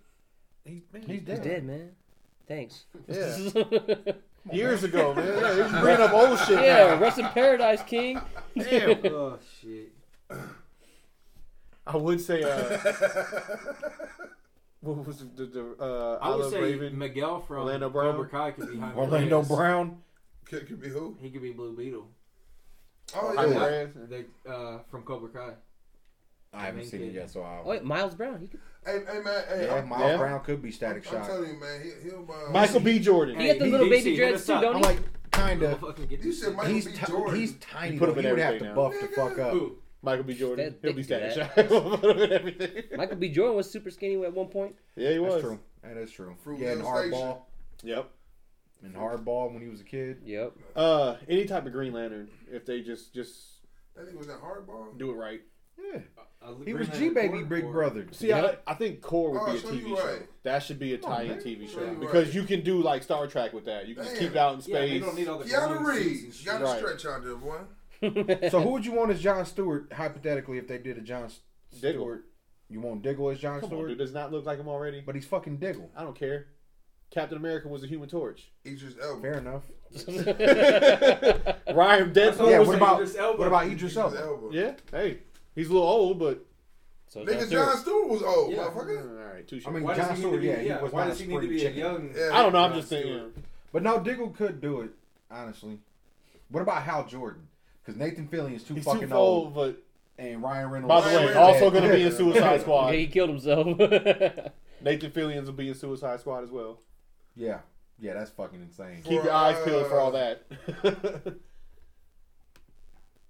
C: He's, man,
B: He's
A: he's
B: dead.
A: dead, man. Thanks.
C: Yeah.
A: yeah,
C: Years ago, man. Yeah, they was bringing up old shit. now.
A: rest in paradise, King.
C: Damn.
D: oh shit.
C: I would say, uh, what was the, the uh,
D: I would
C: Olive
D: say
C: Raven?
D: Miguel from
C: Orlando
D: Orlando
C: Brown?
D: Brown. Cobra Kai could be Jaime
B: Orlando
D: Reyes.
B: Brown.
E: Could, could be who?
D: He could be Blue Beetle.
E: Oh
C: I
E: yeah.
C: ran.
D: They, uh, from Cobra Kai.
B: I haven't
D: Main
B: seen it
D: kid.
B: yet, so I.
A: Oh, wait, Miles Brown. He could,
E: Hey, hey man, hey,
B: yeah,
E: I'm,
B: Miles
C: Yeah.
B: Brown could be Static
E: I'm
B: Shock.
E: telling you, man, he, he'll. Uh,
C: Michael B. Jordan.
A: he
D: Hey,
A: got the
D: he-
A: little
D: DC,
A: baby
D: hit
A: dreads
D: us
A: too,
D: up.
A: don't
B: I'm
A: he?
B: like kind
D: I'ma
B: of.
D: fucking get
E: You
D: this
E: said
D: shit.
E: Michael
B: He's
E: B.
B: ti-
E: Jordan.
B: he's tiny.
C: put
B: Put him
C: him in
B: he would have to
C: everything now.
B: buff the
E: Nigga.
B: fuck up.
D: Who?
C: Michael B. Jordan.
A: That
C: He'll be
A: dick do
C: static
A: that.
C: shock. Put him in everything.
A: Michael B. Jordan was super skinny at one point.
C: Yeah, he was.
B: That's true. That is true.
E: Fruitvale
B: yeah, and
E: Station.
B: hardball.
C: Yep.
B: And hardball when he was a kid.
A: Yep.
C: Uh, any type of Green Lantern, if they just just
E: That nigga was in hardball.
C: do it right.
B: Yeah.
D: Uh,
B: He
D: Green
B: was
D: Lantern
B: G Baby
D: Corps?
B: Big Brother.
C: See,
A: Yep.
C: I, I think Core would
E: Oh,
C: be a
E: so
C: TV
E: you
C: show.
E: right. Oh,
C: That should be a
B: on,
C: tie-in
B: man.
C: TV
E: So
C: show
E: you
C: because
E: right.
C: you can do like Star Trek with that. You can just
E: Damn.
C: keep it out in space.
D: Yeah, they don't need all the
E: Keanu
D: balloon suits and
E: Reeves.
D: shit.
E: Got to
C: Right.
E: stretch out there, boy.
B: So who would you want as John Stewart hypothetically if they did a John S-
C: Diggle.
B: Stewart? You want Diggle as John
C: Come on,
B: Stewart?
C: dude. Does not look like him already.
B: but he's fucking Diggle.
C: I don't care. Captain America was a Human Torch.
E: Idris Elba.
B: Fair enough.
C: Ryan Deadpool.
B: Yeah.
C: was
B: What
C: a-
B: about
D: Idris Elba.
B: what about Idris Elba?
C: Yeah. Hey, he's a little old, but uh,
A: so John
E: Nigga,
A: Stewart.
E: John Stewart was old,
D: Yeah.
C: all
E: motherfucker.
C: right, touche.
B: I mean,
D: Why
B: John
D: does he need to
B: Stewart.
D: be?
B: Yeah, he
D: yeah,
B: was
D: why
B: not a
D: does he need to
B: spring
D: be a
B: chicken.
D: young?
E: Yeah.
C: I don't know. I'm
D: John
C: just saying.
D: Stewart.
B: But no, Diggle could do it. Honestly, what about Hal Jordan? Because Nathan Fillion's too
C: He's too
B: fucking old,
C: old, but
B: and Ryan Reynolds.
C: by the way,
E: Ryan
C: also
E: Reynolds.
C: going to be in Suicide
A: Yeah,
C: Squad.
A: he killed himself.
C: Nathan Fillion will be in Suicide Squad as well.
B: yeah, yeah, that's fucking insane.
C: Keep your eyes peeled for all that.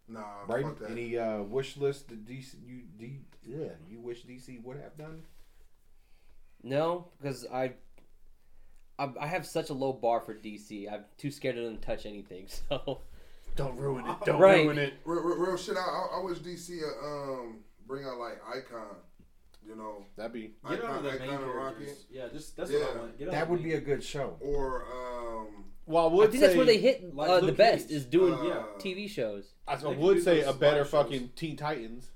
E: Nah,
B: Brayden,
E: fuck that.
B: any uh, wish list that DC you D, yeah you wish DC would have done?
A: no, because I, I, I have such a low bar for DC. I'm too scared of them to touch anything. So
C: Don't ruin it. Don't
A: Right.
C: ruin it.
E: real, real, real shit. I, I, I wish DC uh, um bring out like Icon. You know,
C: That'd be
D: Get out
E: Icon,
D: of the main
E: Icon and Rocket,
D: characters. Yeah, just that's what
E: Yeah.
D: I want. Get out
B: That
D: of
B: would
D: the
B: be a good show.
E: or um.
C: Well, I
A: I
C: would
A: think
C: say
A: that's where they hit
D: Like
A: uh, the
D: Luke
A: best
D: Cage.
A: is doing
E: Uh,
A: yeah, TV shows.
C: I
D: They could
C: would
D: do
C: say
D: those
C: a better
D: slideshows.
C: fucking Teen Titans.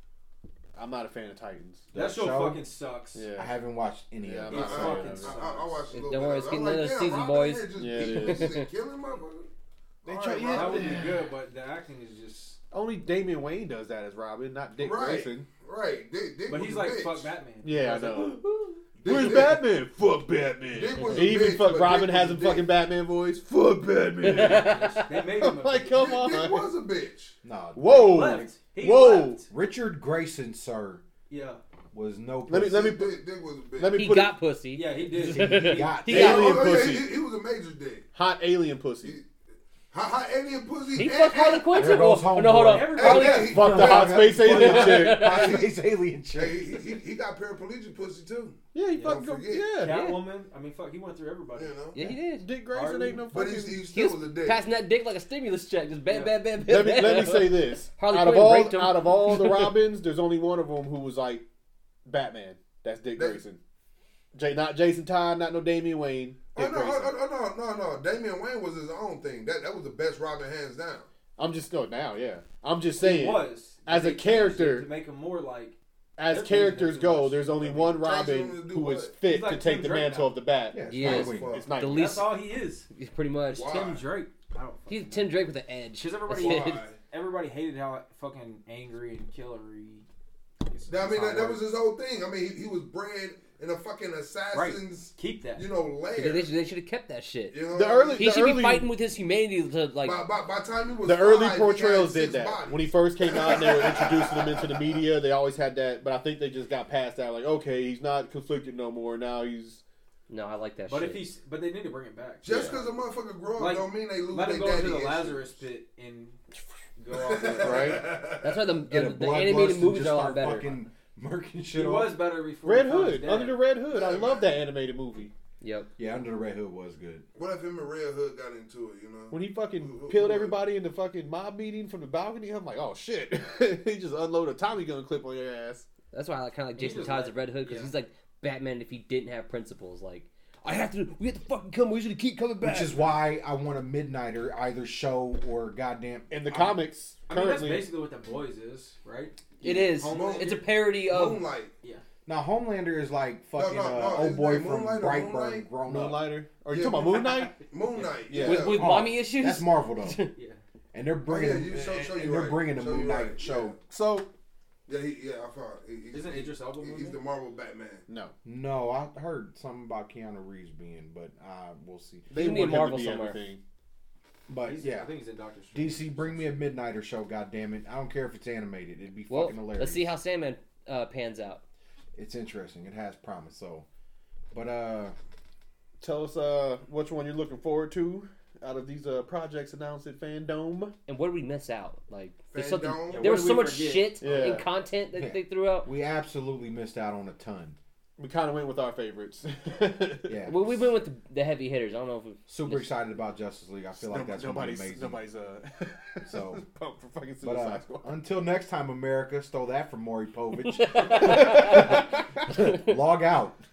C: I'm not a fan of Titans.
D: That
B: That
D: show
B: show?
D: fucking sucks.
B: I
C: Yeah.
B: haven't watched any
C: Yeah,
B: of
C: I'm
B: it.
E: I, I,
C: not
B: so-
C: saying
E: uh, I,
C: that.
E: I, I watched a
A: Don't
E: little bit
A: worry,
E: of
A: it's
E: it.
A: getting
E: I'm
A: another
E: like, damn,
A: season,
E: Robin
A: boys.
E: Hood just
C: Yeah, it
E: beat
C: is.
E: this and killing motherfucker.
C: They
E: All
C: try- yeah,
D: That
E: Robin.
D: would be good, but the acting is just.
C: Only Damian Wayne does that as Robin, not Dick
E: Right.
C: Grayson.
E: Right, Dick, Dick
D: But
E: was
D: he's
E: a
D: like,
E: bitch.
D: fuck Batman.
C: Yeah, I
D: He's like,
C: know.
E: Dick-
C: Where's
E: Dick-
C: Batman? Fuck Batman.
E: Dick was a
C: He even
E: bitch,
C: fuck
E: but
C: Robin
E: Dick
C: has
E: was a
C: a fucking
E: dick.
C: Batman voice. Fuck Batman.
D: They made him
C: I'm
D: a
C: like,
D: bitch.
C: come
E: Dick, Dick
C: on.
E: was a bitch.
B: No.
C: Whoa.
D: left. He
C: Oh Whoa.
D: left.
B: Richard Grayson, sir,
D: Yeah,
B: was no.
C: Let me-
B: person.
C: let me
E: Dick,
C: put-
E: Dick, Dick was a bitch.
C: Let me
A: He
C: put
A: got
C: it,
A: pussy.
D: yeah, he did.
B: He got
A: He
B: that.
A: got-
C: alien
E: oh, yeah,
C: pussy.
E: he, he was a major dick.
C: hot alien pussy.
E: He, hot, hot alien pussy.
A: He
E: and-
A: fucked Harley
E: and-
A: Quinn
B: There
A: too.
B: goes
A: Oh,
B: homeboy.
A: no, hold on.
D: Everybody-
A: Harley-
E: Hey, he-
C: Fuck the hot space alien chick.
B: Hot space alien chick.
E: Hey, he, he, he got paraplegic pussy too.
C: Yeah, he fucking
E: don't
C: go,
E: forget.
C: yeah.
D: Catwoman. I mean, fuck, he went through everybody.
E: You know,
A: Yeah, he did.
C: Dick Grayson ain't no
E: but
C: fucking.
E: he, he
A: He
E: still
A: was,
E: was, a dick.
A: passing that dick like a stimulus check. Just bam,
D: Yeah.
A: bam, bam, bam,
C: let me
A: bam.
C: let me say this.
A: Harley
C: out of
A: Quinn
C: all
A: raped him.
C: out of all the Robins, there's only one of them who was like Batman. That's Dick
E: That-
C: Grayson. Jay, not Jason Todd, not no Damian Wayne.
E: Oh
C: Dick
E: no,
C: Grayson.
E: oh, oh, no, no, no. Damian Wayne was his own thing. That that was the best Robin hands down.
C: I'm just no now, yeah. I'm just
D: He
C: saying,
D: was
C: as
D: They
C: a
D: changed it
C: character-
D: to make him more like
C: as
D: That
C: characters
D: means too
C: go,
D: much.
C: there's only
D: I mean,
C: one
E: Tyson
C: Robin
E: would do
C: who was
E: what?
C: fit
D: He's like
C: to take
D: Tim
C: the
D: Drake
C: mantle
D: now.
C: of the bat.
B: Yeah, it's
A: Yeah.
B: Nightwing.
E: Fuck.
C: It's not
A: The least-
D: that's all he is.
A: He's pretty much.
E: Why?
D: Tim Drake. I don't.
A: He's
D: fucking
A: Tim
D: know.
A: Drake with an edge.
D: 'Cause everybody-
A: That's it.
E: Why?
D: Everybody hated how fucking angry and killery.
E: I mean, that, that was his whole thing. I mean, he, he was bred in a fucking assassin's,
D: keep that.
E: you know,
A: They,
E: lair.
A: should have kept that shit.
E: You know,
C: The
E: what I mean?
C: early-
A: He should
C: early-
A: be fighting with his humanity to like.
E: by, by, by the time he was
C: The early
E: five, he
C: portrayals
E: had
C: did
E: six
C: that.
E: bodies.
C: When he first came out, and they were introducing him into the media. They always had that, but I think they just got past that. Like, okay, he's not conflicted no more. Now he's
A: no, I like that
D: But
A: shit.
D: if he's, but they need to bring it back.
E: Just because a motherfucker grow up
D: Like,
E: don't mean they lose
D: Let
E: their
D: him go
E: daddy.
D: into the
E: issues.
D: Lazarus pit and go off. It.
C: Right?
A: That's why the,
B: Get a
A: the, the
B: blood
A: animated
B: lust and
A: movies
B: just
A: are a
B: start
A: lot better.
B: fucking murking
D: He
B: shit off.
D: was better before.
C: Red
D: he found his
C: Hood
D: dad.
C: under the Red Hood. I love that animated movie
A: Yep.
B: Yeah, Under the Red Hood was good.
E: What if him and Red Hood got into it? You know,
C: when he fucking peeled everybody in the fucking mob meeting from the balcony. I'm like, oh shit, he just unloaded a Tommy gun clip on your ass.
A: That's why I kind of like
D: He
A: Jason
D: was
A: Todd's
D: like-
A: Red Hood because
D: yeah.
A: he's like Batman if he didn't have principles. Like I have to, we have to fucking come. We should keep coming back.
B: Which is why I want a Midnighter either show or goddamn.
C: In the
B: I'm-
C: comics,
D: I mean, that's
C: currently,
D: basically what the boys is, right?
A: it is.
D: Homeland-
A: It's a parody of.
E: Moonlight.
B: Now Homelander is like fucking
E: no, no,
B: uh, old
E: isn't
B: boy
E: that
B: from
E: Moonlight or
B: Brightburn
E: Moonlight?
B: grown
C: no
B: up.
C: lighter. Are you
E: Yeah.
C: talking about Moon Knight?
E: Moon Knight.
C: Yeah.
E: Yeah.
A: With, with
B: Oh,
A: mommy issues,
B: That's Marvel though,
D: Yeah.
B: and they're bringing
E: Oh, yeah, you-
B: them-
E: so-
B: and-
E: so
B: and
E: you're
B: they're
E: right.
B: bringing the
E: So
B: Moon
E: you're
B: Knight
E: right.
B: show.
C: So
E: Yeah, he, yeah, I found. He, he,
D: Isn't Idris Elba
E: he-
D: one
E: he's
D: of
E: the
D: them?
E: Marvel Batman.
C: no,
B: No, I heard something about Keanu Reeves being, but uh, we'll see.
C: they
A: You need
C: want him to
A: Marvel
C: be
A: somewhere.
C: everything.
B: But
D: He's-
B: yeah,
D: I think he's in Doctor Strange.
B: DC, bring me a Midnighter show. God damn it! I don't care if it's animated. It'd be
A: well,
B: fucking hilarious.
A: let's see how Sandman uh, pans out.
B: it's interesting. It has promise. So, but uh,
C: Tell us uh, which one you're looking forward to out of these uh, projects announced at Fandome.
A: And what did we miss out? Like there's something.
E: Fandome? Yeah,
A: there
D: what
A: was
D: did
A: so
D: we
A: much
D: forget?
A: shit
C: Yeah.
A: and content that
B: Yeah.
A: they threw out.
B: we absolutely missed out on a ton.
C: We kind of went with our favorites.
B: Yeah,
A: Well, we went with the, the heavy hitters. I don't know if we,
B: super excited about Justice League. I feel like that's gonna be
C: nobody's
B: amazing.
C: nobody's uh
B: So-
C: pumped for fucking
B: But uh,
C: Suicide Squad.
B: until next time, America, stole that from Maury Povich. Log out.